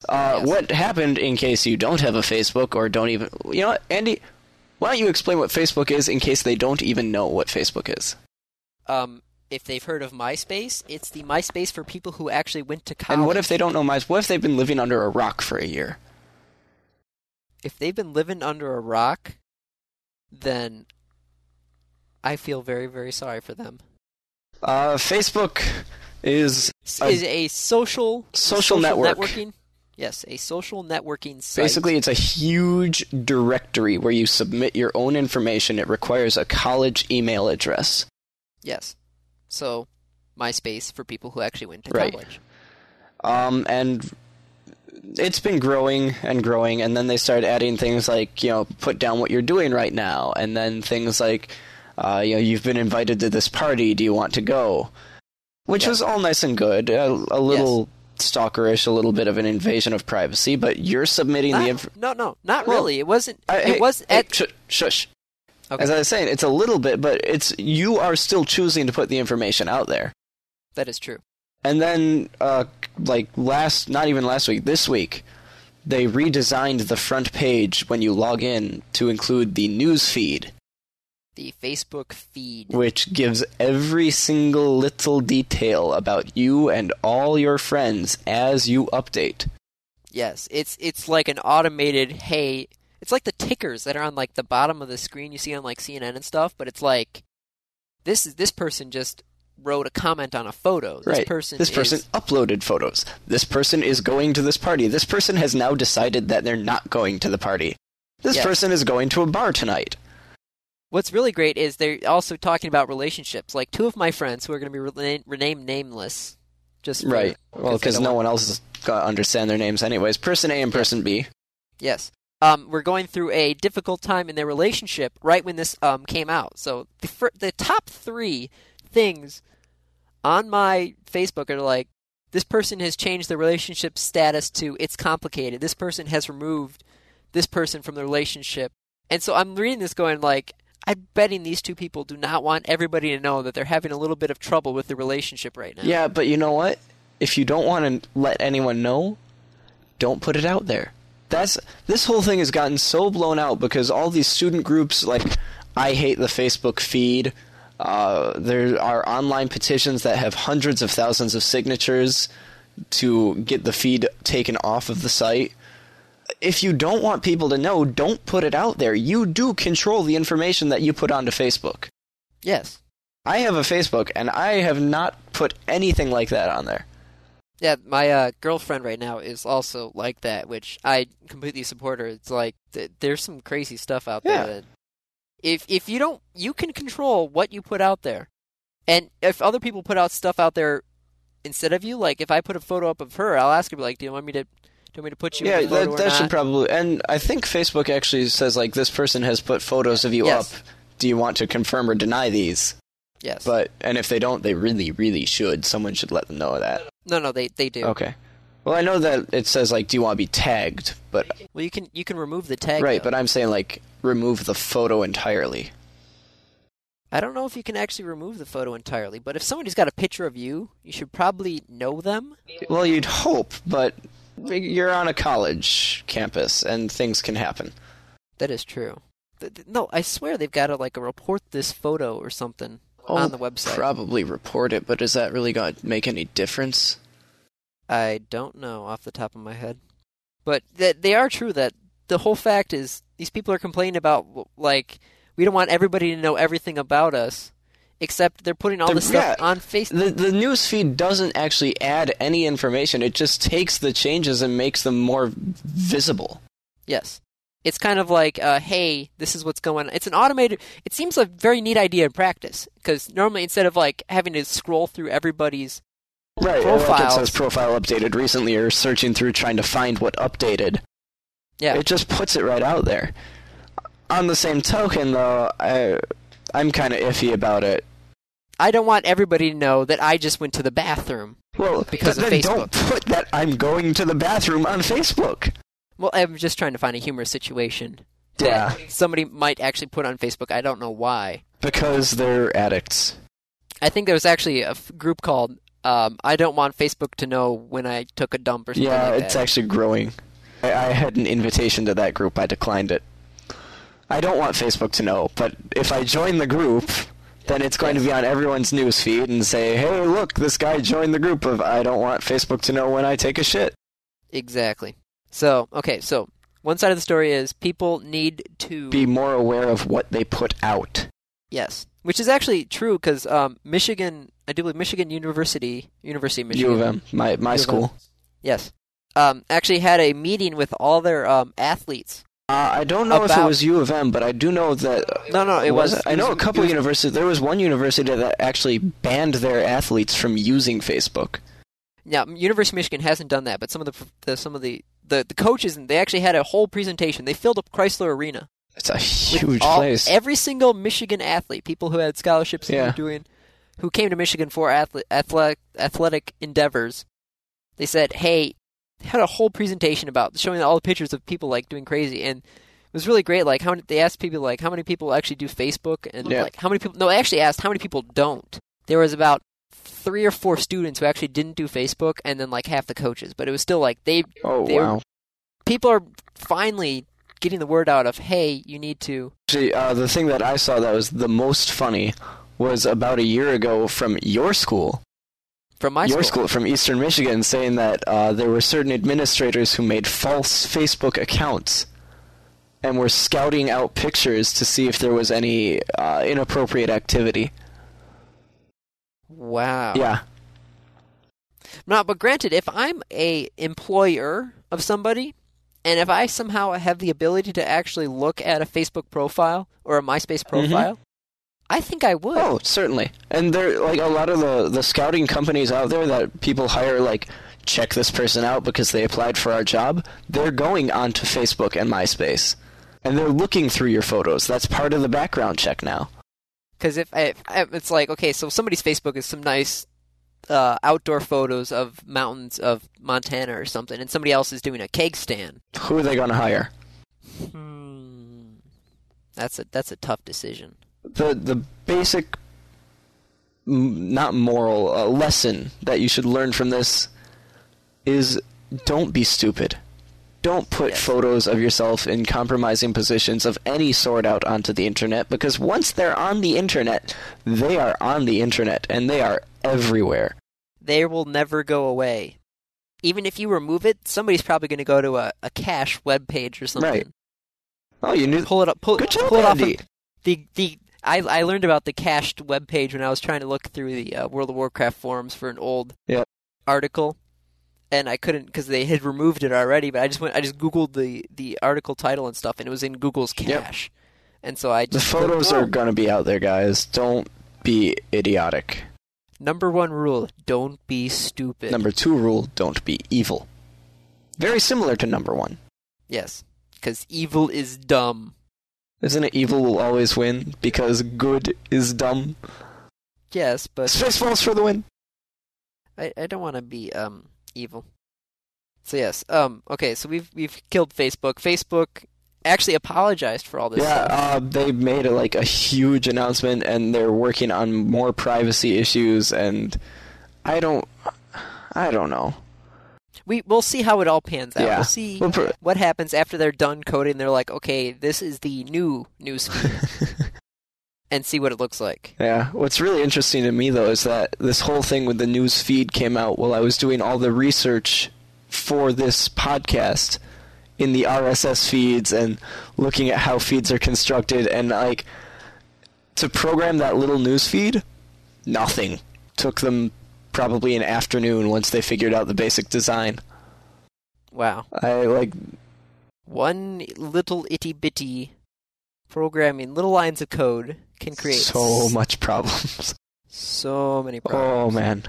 S2: Uh,
S1: Yes.
S2: What happened in case you don't have a Facebook or don't even. You know what, Andy? Why don't you explain what Facebook is in case they don't even know what Facebook is?
S1: Um, if they've heard of MySpace, it's the MySpace for people who actually went to college.
S2: And what if they don't know my. What if they've been living under a rock for a year?
S1: if they've been living under a rock, then I feel very, very sorry for them.
S2: Uh, Facebook is.
S1: S-
S2: A
S1: Is a social
S2: social network.
S1: networking. Yes, a social networking site.
S2: Basically, it's a huge directory where you submit your own information. It requires a college email address.
S1: yes. So, MySpace for people who actually went to
S2: Right.
S1: college.
S2: um, and it's been growing and growing and then they started adding things like you know put down what you're doing right now and then things like uh, you know you've been invited to this party do you want to go which
S1: Yeah.
S2: was all nice and good a, a little stalkerish a little bit of an invasion of privacy but you're submitting
S1: Not-
S2: the inf-
S1: no, no, not
S2: Well,
S1: really. It wasn't.
S2: I-
S1: Ah, it
S2: hey,
S1: was
S2: hey,
S1: at.
S2: shush, shush
S1: Okay.
S2: as i was saying it's a little bit but it's you are still choosing to put the information out there
S1: that is true.
S2: And then, uh, like last, not even last week, this week, they redesigned the front page when you log in to include the news feed,
S1: The Facebook feed.
S2: which gives every single little detail about you and all your friends as you update.
S1: Yes, it's it's like an automated hey, it's like the tickers that are on like the bottom of the screen you see on like CNN and stuff, but it's like this is this person just wrote a comment on a photo. This
S2: right.
S1: person
S2: this person
S1: is-
S2: uploaded photos. This person is going to this party. This person has now decided that they're not going to the party. This
S1: Yes.
S2: person is going to a bar tonight.
S1: What's really great is they're also talking about relationships. Like two of my friends who are going to be rena- renamed nameless, just for-
S2: Right. Well,
S1: they
S2: because
S1: don't
S2: no
S1: want-
S2: one else is going to understand their names anyways. Person A and person B.
S1: Yes. Um, we're going through a difficult time in their relationship right when this um, came out. So the fir- the top three things on my Facebook are like this person has changed their relationship status to it's complicated. This person has removed this person from the relationship, and so I'm reading this going like I'm betting these two people do not want everybody to know that they're having a little bit of trouble with the relationship right now.
S2: Yeah, but you know what? If you don't want to let anyone know, don't put it out there. That's this whole thing has gotten so blown out because all these student groups like I hate the Facebook feed. Uh, there are online petitions that have hundreds of thousands of signatures to get the feed taken off of the site. If you don't want people to know, don't put it out there. You do control the information that you put onto Facebook.
S1: Yes.
S2: I have a Facebook and I have not put anything like that on there.
S1: Yeah, my uh, girlfriend right now is also like that, which I completely support her. It's like th- there's some crazy stuff out
S2: Yeah.
S1: there. That if if you don't, you can control what you put out there, and if other people put out stuff out there instead of you, like if I put a photo up of her, I'll ask her like, "Do you want me to? Do you want me to put you
S2: yeah,
S1: in the photo
S2: that,
S1: or
S2: that should
S1: not?"
S2: probably. And I think Facebook actually says like this person has put photos of you
S1: Yes.
S2: up. Do you want to confirm or deny these?
S1: yes,
S2: But and if they don't, they really, really should. Someone should let them know that.
S1: no, no, they they do.
S2: Okay. Well, I know that it says like, do you want to be tagged? But
S1: Well, you can you can remove the tag.
S2: right,
S1: though.
S2: but I'm saying like remove the photo entirely.
S1: I don't know if you can actually remove the photo entirely. But if somebody's got a picture of you, you should probably know them.
S2: Well, you'd hope, but you're on a college campus and things can happen.
S1: That is true. Th- th- No, I swear they've got to like report this photo or something
S2: Oh,
S1: on the website.
S2: Probably report it, but is that really going to make any difference?
S1: I don't know off the top of my head, but that they are true. That the whole fact is these people are complaining about w- like we don't want everybody to know everything about us, except they're putting all
S2: They're-
S1: this stuff
S2: yeah.
S1: on Facebook.
S2: the the news feed doesn't actually add any information. It just takes the changes and makes them more visible.
S1: Yes. It's kind of like, uh, hey, this is what's going on. It's an automated. It seems a very neat idea in practice because normally instead of like having to scroll through everybody's
S2: Right.
S1: like it Profiles.
S2: it says
S1: says
S2: profile updated recently or searching through trying to find what updated.
S1: yeah,
S2: It just puts it right out there. On the same token though, I I'm kind of iffy about it.
S1: I don't want everybody to know that I just went to the bathroom.
S2: Well,
S1: Because
S2: th-
S1: of
S2: then don't put that I'm going to the bathroom on Facebook.
S1: Well, I'm just trying to find a humorous situation.
S2: Yeah.
S1: that Somebody might actually put on Facebook. I don't know why.
S2: Because they're addicts.
S1: I think there was actually a f- group called um, I Don't Want Facebook to Know When I Took a Dump or something
S2: Yeah,
S1: like
S2: it's
S1: that.
S2: actually growing. I, I had an invitation to that group. I declined it. I don't want Facebook to know, but if I join the group, then it's going to be on everyone's news feed and say, "Hey, look, this guy joined the group of I don't want Facebook to know when I take a shit."
S1: exactly. So, okay, so one side of the story is people need to.
S2: Be more aware of what they put out.
S1: Yes, which is actually true because um, Michigan, I do believe Michigan University, University of Michigan.
S2: U of M,
S1: U
S2: my my
S1: of M.
S2: school.
S1: Yes, um, actually had a meeting with all their um, athletes.
S2: Uh, I don't know if it
S1: About-
S2: was U of M, but I do know that.
S1: No, no, it was.
S2: I know
S1: it
S2: a
S1: was-
S2: couple
S1: it was-
S2: universities. There was one university that actually banned their athletes from using Facebook.
S1: Now, University of Michigan hasn't done that, but some of the, the some of the, the the coaches they actually had a whole presentation. They filled up Chrysler Arena.
S2: It's a
S1: with
S2: huge
S1: all-
S2: place.
S1: Every single Michigan athlete, people who had scholarships, who
S2: Yeah.
S1: were doing, who came to Michigan for athlete, athletic athletic endeavors, they said, "Hey," they had a whole presentation about showing all the pictures of people like doing crazy, and it was really great. Like how many, they asked people like how many people actually do Facebook, and
S2: Yeah.
S1: like how many people. No, they actually asked how many people don't. There was about three or four students who actually didn't do Facebook, and then like half the coaches. But it was still like they
S2: Oh
S1: They were-
S2: wow!
S1: people are finally getting the word out of hey, you need to.
S2: Actually, uh, the thing that I saw that was the most funny was about a year ago from your school,
S1: From my
S2: your school from Eastern Michigan, saying that uh, there were certain administrators who made false Facebook accounts and were scouting out pictures to see if there was any uh, inappropriate activity.
S1: Wow.
S2: Yeah.
S1: Now, but granted, if I'm a employer of somebody, and if I somehow have the ability to actually look at a Facebook profile or a MySpace profile, I think I would.
S2: Mm-hmm. Oh, certainly. And there, like a lot of the the scouting companies out there that people hire, like check this person out because they applied for our job. They're going onto Facebook and MySpace, and they're looking through your photos. That's part of the background check now.
S1: Because if, I- if I- it's like okay, so somebody's Facebook is some nice uh, outdoor photos of mountains of Montana or something, and somebody else is doing a keg stand.
S2: Who are they going to hire?
S1: Hmm. That's a that's a tough decision.
S2: The the basic, m- not moral uh, lesson that you should learn from this is don't be stupid. Don't put
S1: Yes.
S2: photos of yourself in compromising positions of any sort out onto the internet because once they're on the internet, they are on the internet and they are everywhere.
S1: They will never go away. Even if you remove it, somebody's probably going to go to a, a cache web page or something.
S2: Right. Oh, you knew.
S1: Pull it up. Pull,
S2: Good job,
S1: pull it off.
S2: Andy.
S1: Of the the I I learned about the cached web page when I was trying to look through the uh, World of Warcraft forums for an old
S2: Yep.
S1: article, and I couldn't because they had removed it already. But I just went. I just googled the the article title and stuff, and it was in Google's
S2: Yep.
S1: cache. And so I
S2: The
S1: just clicked,
S2: photos are
S1: "Oh,
S2: going to be out there, guys. Don't be idiotic.
S1: Number one rule: don't be stupid.
S2: Number two rule don't be evil. Very similar to number one.
S1: yes, because evil is dumb.
S2: Isn't it evil will always win because good is dumb?
S1: Yes, but
S2: Spaceballs for the win!
S1: I, I don't want to be um evil. So yes, um okay, so we've we've killed Facebook. Facebook actually apologized for all this.
S2: Yeah,
S1: stuff.
S2: uh, they made a, like a huge announcement, and they're working on more privacy issues. And I don't, I don't know.
S1: We we'll see how it all pans out.
S2: Yeah.
S1: We'll see
S2: Well, pr-
S1: what happens after they're done coding. They're like, okay, this is the new news,
S2: <laughs>
S1: feed," and see what it looks like.
S2: yeah. What's really interesting to me though is that this whole thing with the news feed came out while I was doing all the research for this podcast in the RSS feeds and looking at how feeds are constructed and like to program that little news feed, nothing. Took them probably an afternoon once they figured out the basic design.
S1: Wow,
S2: I like
S1: one little itty bitty programming, little lines of code can create
S2: so
S1: s-
S2: much problems.
S1: so many
S2: Oh
S1: problems.
S2: man.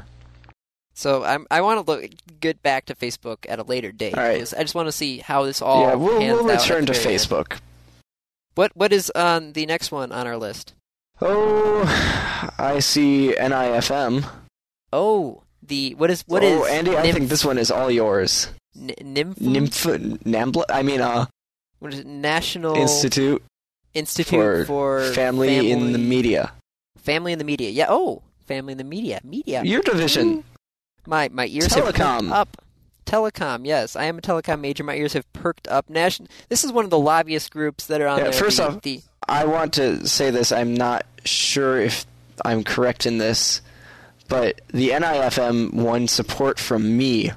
S1: So I'm, I want to look, get back to Facebook at a later date.
S2: All right.
S1: because I just want to see how this all.
S2: yeah, we'll
S1: pans
S2: we'll
S1: out at
S2: return
S1: the
S2: to
S1: very end.
S2: Facebook.
S1: What what is on the next one on our list?
S2: Oh, <sighs> I see NIFM.
S1: Oh, the what is what is
S2: oh, Andy, I think this one is all yours.
S1: N- nymph
S2: Nymph Nambla, I mean, uh,
S1: what is it? National
S2: Institute
S1: Institute for,
S2: Family, in the Media.
S1: Family in the Media. Yeah. Oh, Family in the Media. Media.
S2: Your
S1: Mm.
S2: division.
S1: My my ears have
S2: Telecom.
S1: perked up. Telecom. Yes, I am a telecom major. My ears have perked up. National. This is one of the lobbyist groups that are on
S2: Yeah,
S1: there.
S2: first
S1: the,
S2: off-
S1: the-
S2: I want to say this. I'm not sure if I'm correct in this, but the NIFM won support from me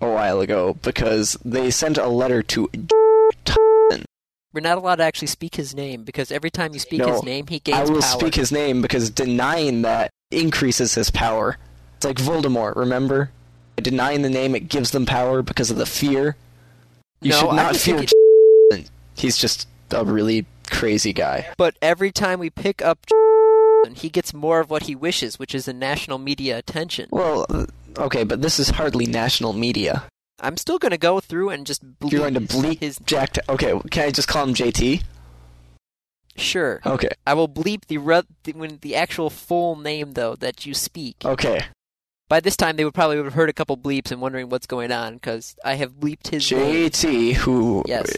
S2: a while ago because they sent a letter to
S1: we're not allowed to actually speak his name because every time you speak
S2: No,
S1: his name, he gains
S2: I will
S1: power.
S2: speak his name because denying that increases his power. It's like Voldemort, remember? Denying the name, it gives them power because of the fear. You
S1: No,
S2: should
S1: I
S2: not
S1: just
S2: fear.
S1: think
S2: <laughs> He's just a really crazy guy.
S1: But every time we pick up, <laughs> he gets more of what he wishes, which is the national media attention.
S2: Well, uh, okay, but this is hardly national media.
S1: I'm still going to go through and just bleep,
S2: You're going to bleep
S1: his.
S2: Jack. okay, can I just call him JT?
S1: Sure,
S2: Okay,
S1: I will bleep the, re- the when the actual full name though that you speak.
S2: okay.
S1: By this time, they would probably would have heard a couple bleeps and wondering what's going on because I have bleeped his name.
S2: JT, who. uh,
S1: Yes.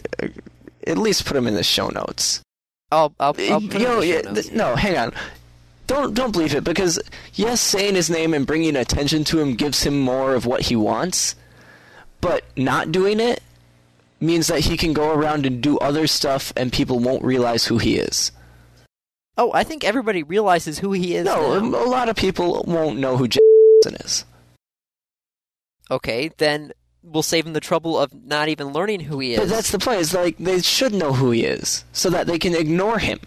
S2: At least put him in the show notes.
S1: I'll I'll, I'll put it in
S2: Yo,
S1: the show
S2: yeah,
S1: notes.
S2: th- no, hang on. Don't don't believe it because yes, saying his name and bringing attention to him gives him more of what he wants, but not doing it means that he can go around and do other stuff and people won't realize who he is.
S1: Oh, I think everybody realizes who he is.
S2: No, um,
S1: now.
S2: a lot of people won't know who Jason is.
S1: Okay, then we'll save him the trouble of not even learning who he is.
S2: But that's the point. Is like they should know who he is so that they can ignore him.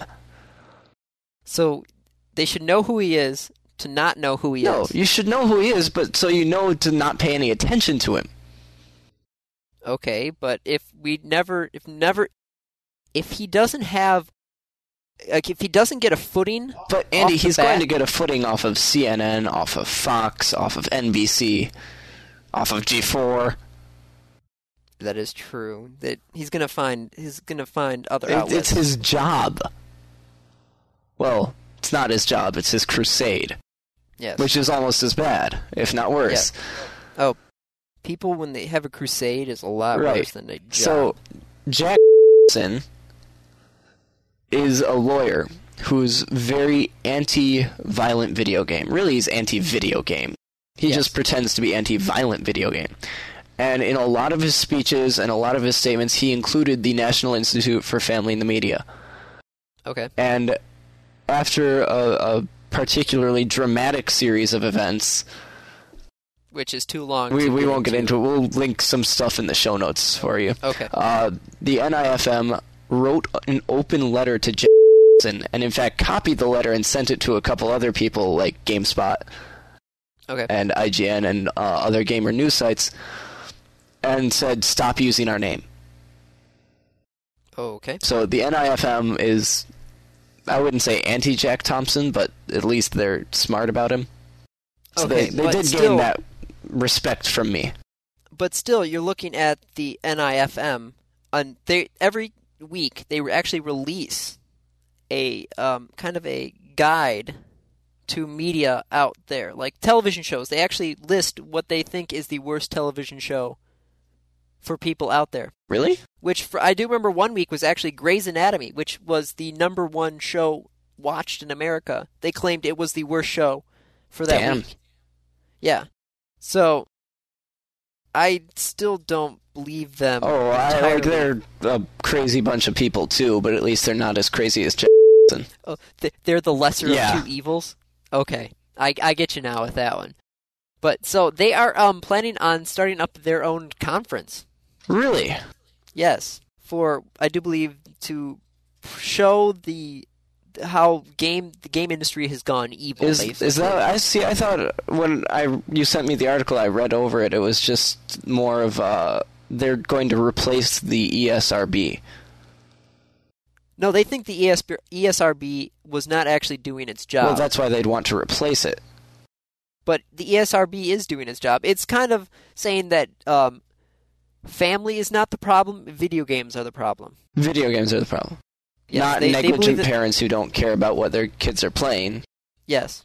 S1: So they should know who he is, to not know who he
S2: No,
S1: is.
S2: you should know who he is, but so you know to not pay any attention to him.
S1: Okay, but if we never, if never, if he doesn't have, like, if he doesn't get a footing,
S2: But Andy,
S1: Off the
S2: he's going
S1: bat-
S2: to get a footing off of CNN, off of Fox, off of NBC, off of G4.
S1: that is true. That he's gonna find, he's gonna find other
S2: It-
S1: outlets.
S2: it's his job. Well, it's not his job, it's his crusade,
S1: yes.
S2: which is almost as bad, if not worse.
S1: oh, people when they have a crusade is a lot
S2: Right.
S1: worse than a job.
S2: So, Jack is a lawyer who's very anti-violent video game. Really, he's anti-video game. He
S1: Yes.
S2: just pretends to be anti-violent video game. And in a lot of his speeches and a lot of his statements, he included the National Institute for Family and the Media.
S1: okay,
S2: And after a, a particularly dramatic series of events,
S1: which is too long.
S2: we,
S1: to
S2: we won't get into it. We'll link some stuff in the show notes for you.
S1: Okay.
S2: Uh, the NIFM wrote an open letter to Jack Jackson, and in fact copied the letter and sent it to a couple other people like GameSpot
S1: Okay.
S2: and IGN and uh, other gamer news sites, and said stop using our name.
S1: Okay.
S2: So the NIFM is, I wouldn't say anti Jack Thompson, but at least they're smart about him. So
S1: Okay,
S2: they, they
S1: but
S2: did gain
S1: still-
S2: that respect from me.
S1: but still you're looking at the NIFM and they every week they re- actually release a um, kind of a guide to media out there like television shows they actually list what they think is the worst television show for people out there
S2: Really?
S1: which for, I do remember one week was actually Grey's Anatomy which was the number 1 show watched in America they claimed it was the worst show for that
S2: Damn.
S1: week yeah so I still don't believe them.
S2: Oh, I, like
S1: entirely.
S2: they're a crazy bunch of people too, but at least they're not as crazy as Jack.
S1: Oh, th- they're the lesser
S2: Yeah.
S1: of two evils. Okay, I I get you now with that one. But so they are um planning on starting up their own conference.
S2: Really?
S1: Yes, for I do believe to show the how game the game industry has gone evil.
S2: Is
S1: basically.
S2: is that? I see. I thought when I you sent me the article, I read over it. It was just more of uh, they're going to replace the E ESRB.
S1: No, they think the E ESB, ESRB was not actually doing its job.
S2: Well, that's why they'd want to replace it.
S1: but the E ESRB is doing its job. It's kind of saying that um, family is not the problem; video games are the problem.
S2: Video games are the problem,
S1: Yes,
S2: not
S1: they, they
S2: negligent
S1: believe that-
S2: parents who don't care about what their kids are playing.
S1: Yes,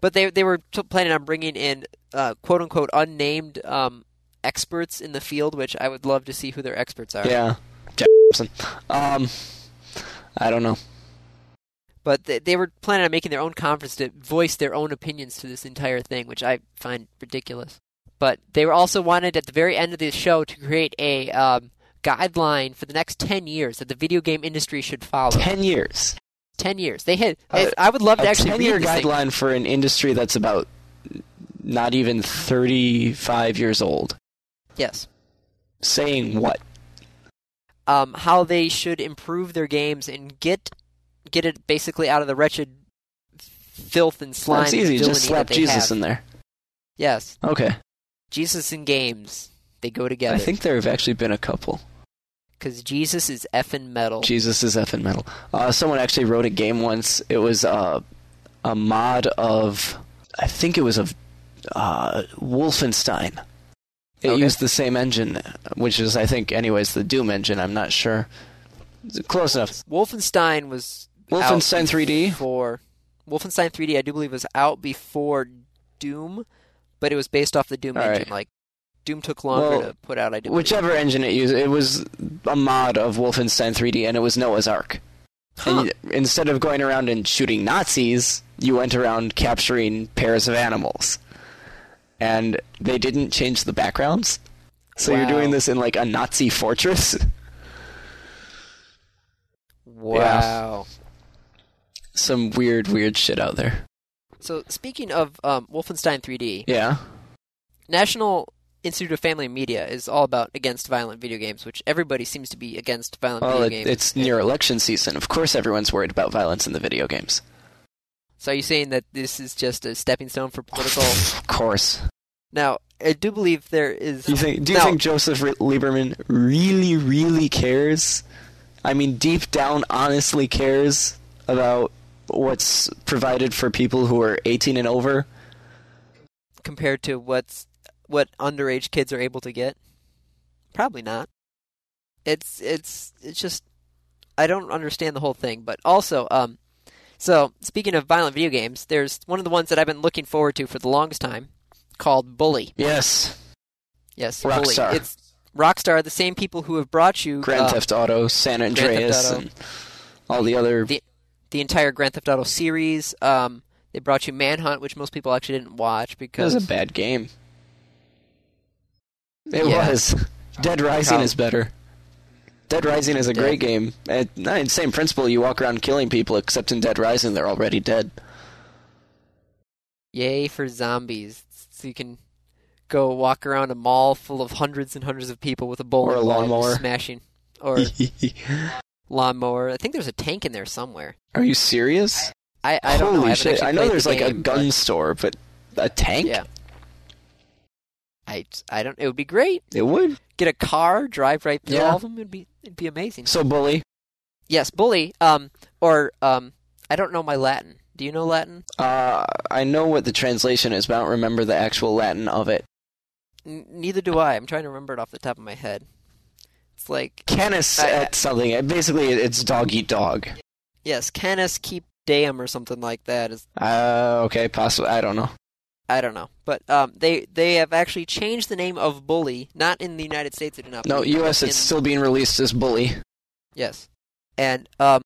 S1: but they they were t- planning on bringing in uh, quote unquote unnamed um, experts in the field, which I would love to see who their experts are.
S2: Yeah, Jack Thompson. Um, I don't know.
S1: But they, they were planning on making their own conference to voice their own opinions to this entire thing, which I find ridiculous. But they were also wanted at the very end of the show to create a um, guideline for the next 10 years that the video game industry should follow. 10,
S2: Ten years.
S1: years. They had.
S2: Uh,
S1: if- I would love to
S2: a
S1: actually
S2: ten-year
S1: read this thing.
S2: guideline for an industry that's about not even thirty-five years old.
S1: Yes.
S2: Saying what?
S1: um, how they should improve their games and get get it basically out of the wretched filth and slime.
S2: That's easy.
S1: and villainy
S2: Just slap
S1: that they
S2: Jesus
S1: have.
S2: in there.
S1: Yes,
S2: Okay.
S1: Jesus and games they go
S2: I
S1: together
S2: think there have actually been a couple.
S1: because Jesus is effing metal.
S2: Jesus is effing metal. Uh, someone actually wrote a game once. It was uh, a mod of, I think it was of uh, Wolfenstein. It
S1: Okay.
S2: used the same engine, which is, I think, anyways, the Doom engine. I'm not sure. Close enough.
S1: Wolfenstein was
S2: Wolfenstein
S1: out
S2: 3D?
S1: before Wolfenstein 3D. I do believe was out before Doom, but it was based off the Doom
S2: All
S1: engine.
S2: right.
S1: Like Doom took longer
S2: Well,
S1: to put out. I do. believe.
S2: Whichever engine it used, it was a mod of Wolfenstein 3D, and it was Noah's Ark.
S1: Huh.
S2: And y- instead of going around and shooting Nazis, you went around capturing pairs of animals. And they didn't change the backgrounds. So you're
S1: Wow.
S2: doing this in like a Nazi fortress.
S1: wow.
S2: <laughs> Some weird, weird shit out there.
S1: So speaking of um, Wolfenstein 3D,
S2: Yeah.
S1: National Institute of Family and Media is all about against violent video games, which everybody seems to be against violent
S2: Well,
S1: video
S2: it,
S1: games.
S2: it's near election season. Of course, everyone's worried about violence in the video games.
S1: So are you saying that this is just a stepping stone for
S2: <laughs>
S1: political?
S2: Of course.
S1: now, I do believe there is.
S2: You think? Do you
S1: Now-
S2: think Joseph Re- Lieberman really, really cares? I mean, deep down, honestly cares about what's provided for people who are 18 and over.
S1: compared to what's what underage kids are able to get? Probably not. It's it's it's just I don't understand the whole thing. But also, um, so speaking of violent video games, there's one of the ones that I've been looking forward to for the longest time called Bully.
S2: Yes.
S1: Yes,
S2: Rockstar.
S1: Bully. It's Rockstar, the same people who have brought you
S2: Grand
S1: uh,
S2: Theft Auto, San
S1: Theft
S2: Andreas,
S1: Auto.
S2: and all the other.
S1: The- the entire Grand Theft Auto series. Um, they brought you Manhunt, which most people actually didn't watch
S2: It was
S1: because
S2: a bad game. It
S1: Yeah.
S2: was. Dead Rising
S1: Prob-
S2: is better. Dead Rising is a
S1: Dead-
S2: great game. It, no, same principle. You walk around killing people, except in Dead Rising, they're already dead.
S1: yay for zombies. So you can go walk around a mall full of hundreds and hundreds of people with a bowling
S2: Or a
S1: ball and
S2: lawnmower.
S1: smashing or lawnmower. I think there's a tank in there somewhere.
S2: <laughs> Are you serious?
S1: I, I don't know.
S2: Holy
S1: I haven't
S2: shit!
S1: actually
S2: I know
S1: played the
S2: there's like a
S1: game,
S2: gun
S1: but-
S2: store, but a tank?
S1: Yeah. I, I don't. It would be great.
S2: It would.
S1: Get a car, drive right through
S2: Yeah.
S1: all of them. It'd be it'd be amazing.
S2: So bully.
S1: Yes, bully. Um, or um, I don't know my Latin. Do you know Latin?
S2: Uh, I know what the translation is, but I don't remember the actual Latin of it.
S1: N- neither do I. I'm trying to remember it off the top of my head. It's like
S2: Canis
S1: I-
S2: at something. It- Basically, it- it's dog eat dog.
S1: yes, canis keep dam or something like that is
S2: Uh, okay, possibly. I don't know.
S1: I don't know. But um they they have actually changed the name of bully, not in the United States they do not.
S2: No,
S1: believe, but
S2: U.S. It's
S1: in-
S2: still being released as bully.
S1: Yes. And um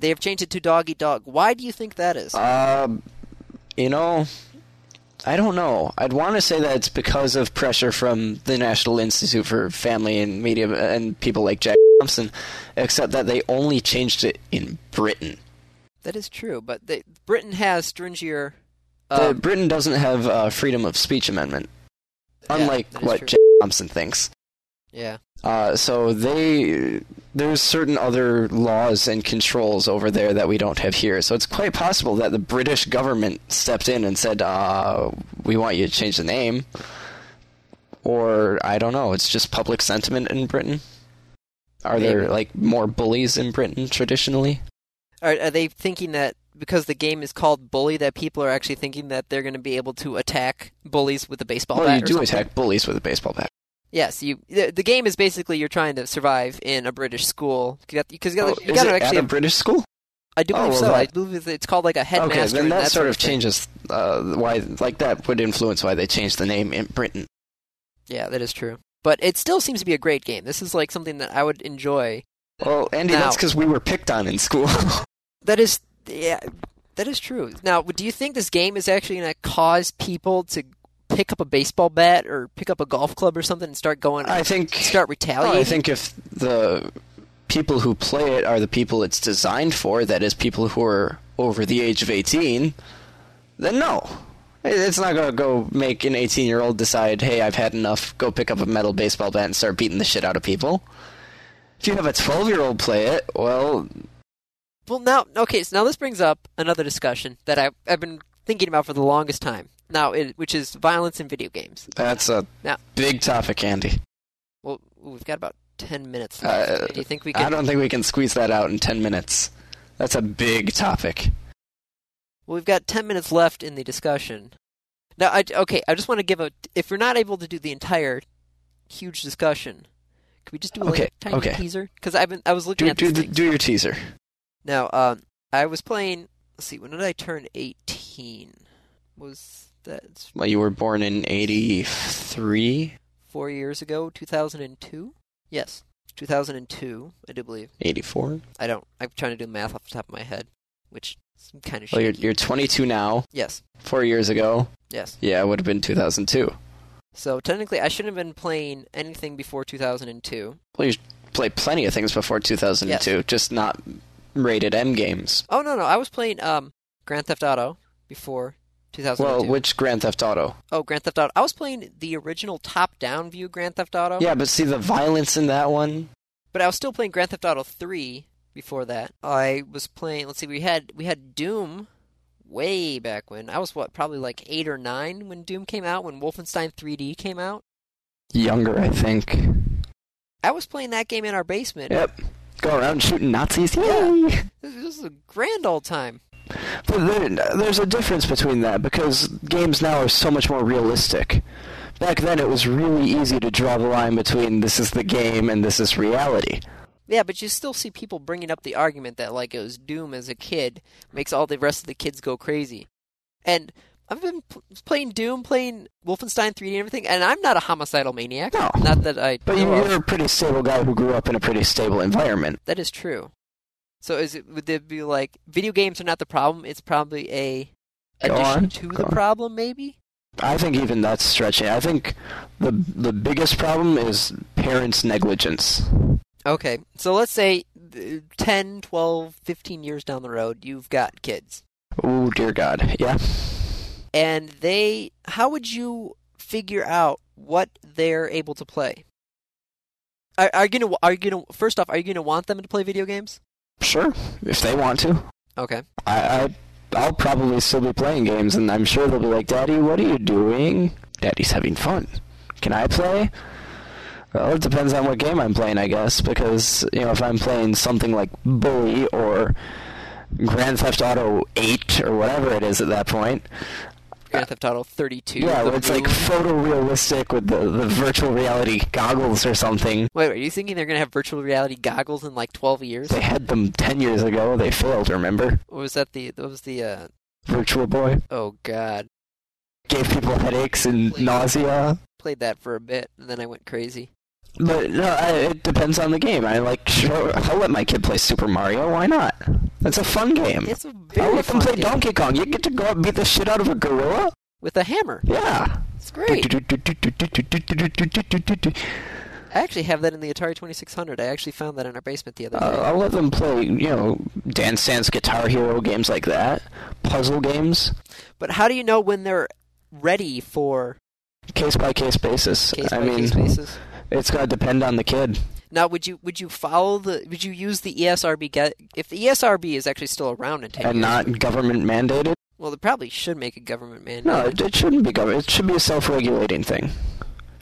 S1: they have changed it to dog eat dog. Why do you think that is?
S2: Uh, you know, I don't know. I'd want to say that it's because of pressure from the National Institute for Family and Media and people like Jack Thompson, except that they only changed it in Britain.
S1: that is true, but they, Britain has stringier
S2: The-
S1: um,
S2: Britain doesn't have uh, freedom of speech amendment,
S1: Yeah,
S2: unlike
S1: that is
S2: what
S1: true.
S2: Jack Thompson thinks.
S1: yeah.
S2: Uh, so they there's certain other laws and controls over there that we don't have here. So it's quite possible that the British government stepped in and said, uh, "We want you to change the name," or I don't know. It's just public sentiment in Britain. Are there
S1: Maybe.
S2: like more bullies in Britain traditionally?
S1: Are are they thinking that because the game is called bully that people are actually thinking that they're going to be able to attack bullies with a baseball
S2: well,
S1: bat
S2: you
S1: or
S2: do
S1: something?
S2: attack bullies with a baseball bat.
S1: Yes, you. The, the game is basically you're trying to survive in a British school because you got
S2: Oh,
S1: you
S2: is
S1: got
S2: it
S1: to actually.
S2: at a British school?
S1: I do
S2: oh,
S1: believe
S2: well,
S1: so.
S2: that-
S1: I believe it's called like a headmaster.
S2: okay, then
S1: and
S2: that,
S1: that
S2: sort of
S1: thing.
S2: changes uh, why like that would influence why they changed the name in Britain.
S1: Yeah, that is true. But it still seems to be a great game. This is like something that I would enjoy.
S2: Well, Andy,
S1: Now-
S2: that's because we were picked on in school. <laughs>
S1: That is, yeah, that is true. Now, do you think this game is actually going to cause people to pick up a baseball bat or pick up a golf club or something and start going,
S2: I think.
S1: start
S2: well,
S1: retaliating?
S2: I think if the people who play it are the people it's designed for, that is, people who are over the age of eighteen, then no, It- it's not going to go make an eighteen-year-old decide, "Hey, I've had enough. Go pick up a metal baseball bat and start beating the shit out of people." If you have a twelve-year-old play it, well,
S1: Well, now, okay, so now this brings up another discussion that I, I've been thinking about for the longest time. Now, it, which is violence in video games.
S2: that's a
S1: Now-
S2: big topic, Andy.
S1: Well, we've got about ten minutes left.
S2: Uh,
S1: do you think we
S2: I
S1: can?
S2: don't think we can squeeze that out in ten minutes. That's a big topic.
S1: Well, we've got ten minutes left in the discussion. Now, I, okay, I just want to give a. If you're not able to do the entire huge discussion, could we just do a
S2: Okay,
S1: like, tiny
S2: okay.
S1: teaser? Because I've been, I was looking
S2: Do,
S1: at
S2: do,
S1: this
S2: the-
S1: thing.
S2: do your teaser.
S1: Now, um, I was playing. Let's see, when did I turn eighteen? Was that
S2: Well, you were born in 83,
S1: four years ago, 2002? Yes, 2002, I do believe.
S2: 84.
S1: I don't, I'm trying to do the math off the top of my head, which is kind of
S2: Well, you're,
S1: shit.
S2: you're 22 now,
S1: Yes,
S2: four years ago.
S1: yes.
S2: Yeah, it would have been 2002.
S1: So technically, I shouldn't have been playing anything before 2002.
S2: Well, you played plenty of things before 2002, just not rated M games.
S1: Oh, no, no, I was playing um, Grand Theft Auto before 2002.
S2: Well, which Grand Theft Auto?
S1: oh, Grand Theft Auto. I was playing the original top down view Grand Theft Auto,
S2: Yeah, but see the violence in that one?
S1: but I was still playing Grand Theft Auto 3 before that. I was playing, let's see, we had we had Doom way back when. I was what, probably like eight or nine when Doom came out, when Wolfenstein 3D came out.
S2: Younger, I think.
S1: I was playing that game in our basement.
S2: Yep. Go around shooting Nazis. Yay!
S1: Yeah. This, this is a grand old time.
S2: But there, there's a difference between that because games now are so much more realistic. Back then, it was really easy to draw the line between this is the game and this is reality.
S1: Yeah, but you still see people bringing up the argument that like it was Doom as a kid makes all the rest of the kids go crazy. And I've been pl- playing Doom, playing Wolfenstein 3D and everything, and I'm not a homicidal maniac.
S2: No.
S1: Not that I.
S2: But you,
S1: know of.
S2: you're a pretty stable guy who grew up in a pretty stable environment.
S1: That is true. So is it would it be like video games are not the problem? It's probably a
S2: Go
S1: addition
S2: on,
S1: to
S2: go
S1: the
S2: on.
S1: problem, maybe.
S2: I think even that's stretching. I think the the biggest problem is parents' negligence.
S1: Okay, so let's say uh, th- 10, 12, 15 years down the road, you've got kids,
S2: Oh dear God, yeah.
S1: and they. How would you figure out what they're able to play? Are, are you gonna? Are you gonna? First off, are you gonna want them to play video games?
S2: Sure, if they want to,
S1: Okay.
S2: I, I I'll probably still be playing games, and I'm sure they'll be like, "Daddy, what are you doing?" Daddy's having fun. Can I play? Well, it depends on what game I'm playing, I guess, because you know if I'm playing something like Bully or Grand Theft Auto 8 or whatever it is at that point,
S1: Grand Theft Auto 32.
S2: yeah,
S1: the
S2: it's like
S1: room.
S2: photorealistic with the, the virtual reality goggles or something.
S1: Wait, are you thinking they're gonna have virtual reality goggles in like 12 years?
S2: They had them 10 years ago. They failed, remember?
S1: What was that the what was the uh
S2: Virtual Boy
S1: oh god.
S2: gave people headaches and nausea.
S1: Played that for a bit and then I went crazy.
S2: But no, I, it depends on the game. I like, sure, I'll let my kid play Super Mario. Why not? That's a fun game.
S1: It's a
S2: I'll
S1: very
S2: let them
S1: fun
S2: play
S1: game.
S2: Donkey Kong. You get to go out and beat the shit out of a gorilla?
S1: with a hammer.
S2: Yeah.
S1: It's great. I actually have that in the Atari 2600. I actually found that in our basement the other day.
S2: Uh, I'll let them play, you know, Dance Dance Guitar Hero games like that, puzzle games,
S1: But how do you know when they're ready for
S2: case by case basis.
S1: case
S2: I
S1: by
S2: mean,
S1: case basis?
S2: it's gonna depend on the kid.
S1: Now, would you would you follow the would you use the E ESRB get, if the E ESRB is actually still around in 10
S2: and
S1: years?
S2: not government mandated.
S1: Well, they probably should make a government mandate.
S2: No, it, it shouldn't be government. It should be a self-regulating thing.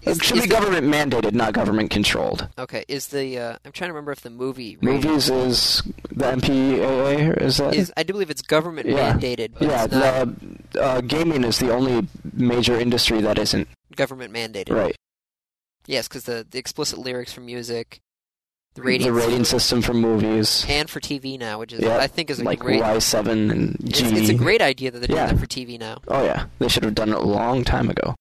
S1: Is-
S2: It should
S1: is
S2: be
S1: the-
S2: government mandated, not government controlled.
S1: Okay, is the uh, I'm trying to remember if the movie rated-
S2: Movies is the MPAA, or is that?
S1: is I do believe it's government
S2: Yeah.
S1: mandated, but
S2: yeah,
S1: it's not
S2: the, uh, gaming is the only major industry that isn't
S1: government mandated.
S2: right.
S1: Yes, because the, the explicit lyrics for music, the ratings,
S2: the rating system for movies,
S1: and for TV now, which is
S2: Yeah,
S1: I think is a
S2: like
S1: great.
S2: Y7 and
S1: It's,
S2: G.
S1: it's a great idea that they're doing
S2: Yeah.
S1: that for TV now.
S2: Oh yeah, they should have done it a long time ago.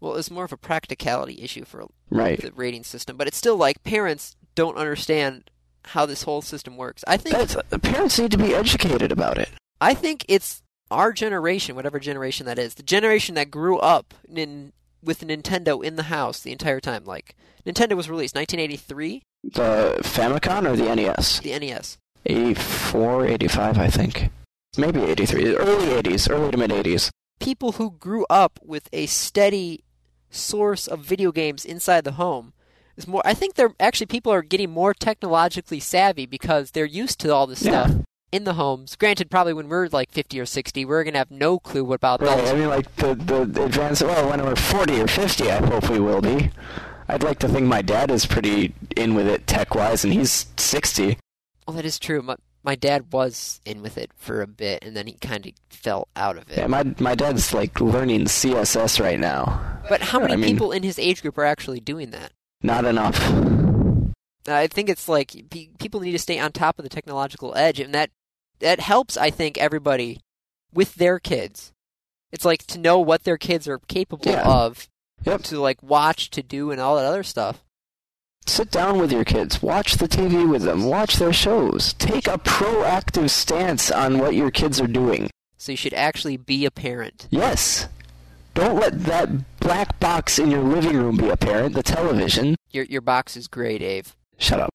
S1: Well, it's more of a practicality issue for
S2: Right.
S1: the rating system, but it's still like parents don't understand how this whole system works. I think
S2: That's, the parents need to be educated about it.
S1: I think it's our generation, whatever generation that is, the generation that grew up in with Nintendo in the house the entire time. Like Nintendo was released 1983,
S2: The Famicom or the E NES?
S1: the E NES.
S2: 84, 85, I think. Maybe 83. Early 80s, early to mid 80s.
S1: people who grew up with a steady source of video games inside the home is more I think they're actually people are getting more technologically savvy because they're used to all this
S2: Yeah.
S1: stuff in the homes. Granted probably when we're like 50 or 60 we're going to have no clue what about
S2: Right, I
S1: those.
S2: mean, like, the, the advance, well, when we're 40 or 50, I hope we will be. I'd like to think my dad is pretty in with it tech wise, and he's 60.
S1: Well that is true. My, my dad was in with it for a bit and then he kind of fell out of it.
S2: Yeah, my, my dad's, like, learning CSS right now.
S1: but how many
S2: I mean-
S1: people in his age group are actually doing that?
S2: Not enough.
S1: I think it's like pe- people need to stay on top of the technological edge, and that that helps. I think everybody with their kids. It's like to know what their kids are capable
S2: Yeah.
S1: of,
S2: Yep.
S1: to like watch, to do, and all that other stuff.
S2: Sit down with your kids, watch the TV with them, watch their shows, take a proactive stance on what your kids are doing.
S1: So you should actually be a parent.
S2: Yes. Don't let that black box in your living room be a parent, the television.
S1: Your your box is gray, Dave.
S2: Shut up.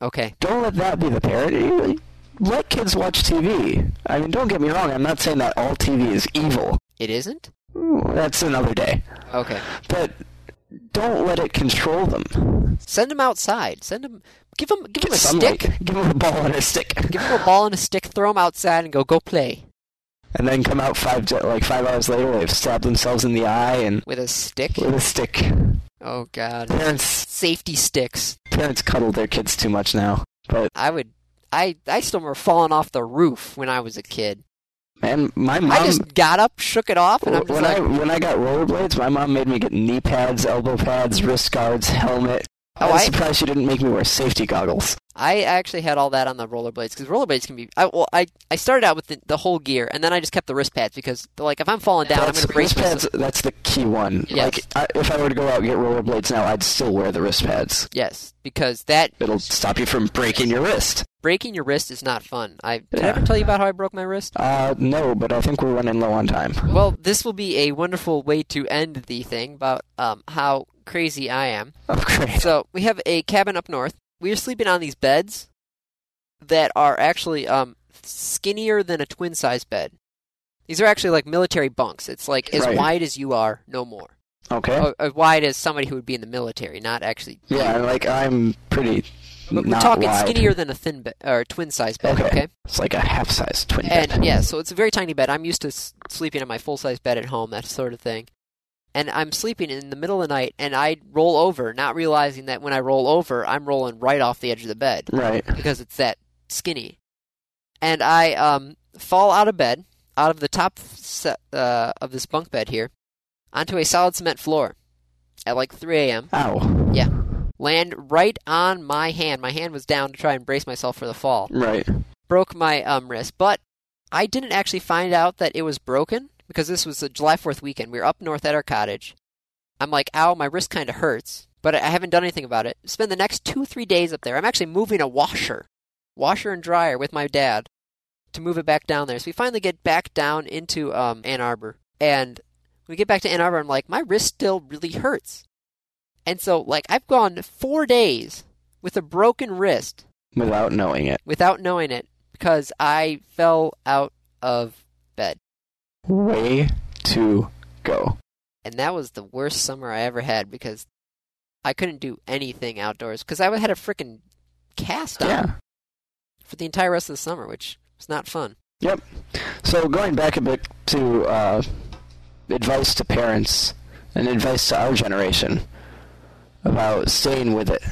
S1: Okay,
S2: Don't let that be the parent. You- Let kids watch TV. I mean, don't get me wrong, I'm not saying that all TV is evil.
S1: it isn't.
S2: That's another day.
S1: Okay,
S2: But don't let it control them.
S1: send them outside. Send them. Give them. Give them a
S2: Sunlight.
S1: stick.
S2: Give them a ball and a stick.
S1: Give them a ball and a stick. Throw them outside and go. Go play.
S2: and then come out five to- like five hours later. They've stabbed themselves in the eye and
S1: with a stick.
S2: with a stick.
S1: Oh god.
S2: Parents
S1: Safety sticks.
S2: parents cuddle their kids too much now. But
S1: I would I I still remember falling off the roof when I was a kid.
S2: man, my mom.
S1: I just got up, shook it off, and I'm just
S2: Um, when I
S1: like,
S2: when I got rollerblades, my mom made me get knee pads, elbow pads, wrist guards, helmet. I
S1: Oh,
S2: was
S1: I-
S2: surprised she didn't make me wear safety goggles.
S1: I actually had all that on the rollerblades because rollerblades can be. I, well, I I started out with the, the whole gear, and then I just kept the wrist pads because like if I'm falling down, I'm
S2: that's,
S1: going to brace
S2: wrist
S1: myself.
S2: pads, that's the key one.
S1: Yes.
S2: Like, I, if I were to go out and get rollerblades now, I'd still wear the wrist pads.
S1: Yes, because that
S2: It'll stop you from breaking your wrist.
S1: breaking your wrist is not fun. I did I
S2: Yeah.
S1: ever tell you about how I broke my wrist?
S2: Uh, no, but I think we're running low on time.
S1: Well, this will be a wonderful way to end the thing about um, how crazy I am.
S2: Oh, great.
S1: So we have a cabin up north. We are sleeping on these beds that are actually um, skinnier than a twin size bed. These are actually like military bunks. It's like as
S2: Right.
S1: wide as you are, no more.
S2: Okay.
S1: Or- As wide as somebody who would be in the military, not actually.
S2: yeah, like, I'm pretty
S1: But we're
S2: not
S1: talking
S2: wide.
S1: skinnier than a thin bed or twin size bed.
S2: Okay.
S1: okay?
S2: It's like a half-size twin
S1: And
S2: bed.
S1: yeah, so it's a very tiny bed. I'm used to s- sleeping in my full size bed at home, that sort of thing. And I'm sleeping in the middle of the night, and I roll over, not realizing that when I roll over, I'm rolling right off the edge of the bed
S2: Right.
S1: because it's that skinny. And I um, fall out of bed, out of the top se- uh, of this bunk bed here, onto a solid cement floor at like 3 a.m.
S2: Ow.
S1: Yeah. Land right on my hand. My hand was down to try and brace myself for the fall
S2: Right.
S1: broke my um, wrist, but I didn't actually find out that it was broken because this was a July 4th weekend. We were up north at our cottage. I'm like, ow, my wrist kind of hurts, but I I haven't done anything about it. Spend the next two, three days up there. I'm actually moving a washer, washer and dryer with my dad to move it back down there. So we finally get back down into um, Ann Arbor. And we get back to Ann Arbor. I'm like, my wrist still really hurts. And so, like, I've gone four days with a broken wrist
S2: Without knowing it.
S1: without knowing it because I fell out of bed.
S2: Way to go.
S1: And that was the worst summer I ever had because I couldn't do anything outdoors because I had a freaking cast on
S2: Yeah.
S1: for the entire rest of the summer, which was not fun.
S2: Yep. So going back a bit to uh, advice to parents and advice to our generation about staying with it.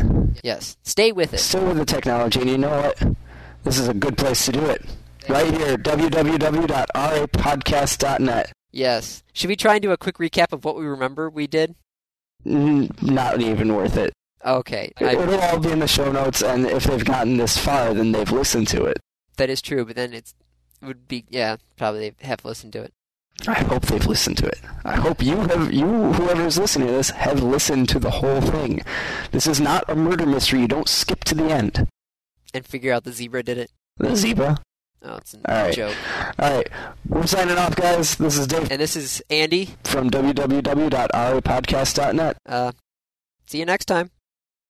S1: Yes. Stay with it.
S2: Stay with the technology, and you know what? This is a good place to do it. Right here, www.rapodcast.net.
S1: Yes. Should we try and do a quick recap of what we remember we did?
S2: Mm, Not even worth it.
S1: Okay. I,
S2: It'll all be in the show notes, and if they've gotten this far, then they've listened to it.
S1: that is true, but then it's, it would be, yeah, probably they have listened to it.
S2: I hope they've listened to it. I hope you have you whoever's listening to this have listened to the whole thing. This is not a murder mystery. You don't skip to the end.
S1: And figure out the zebra did it.
S2: The zebra.
S1: Oh, it's a
S2: All right.
S1: joke.
S2: All right, we're signing off, guys. This is Dave
S1: And this is Andy.
S2: from www.rapodcast.net.
S1: Uh, see you next time.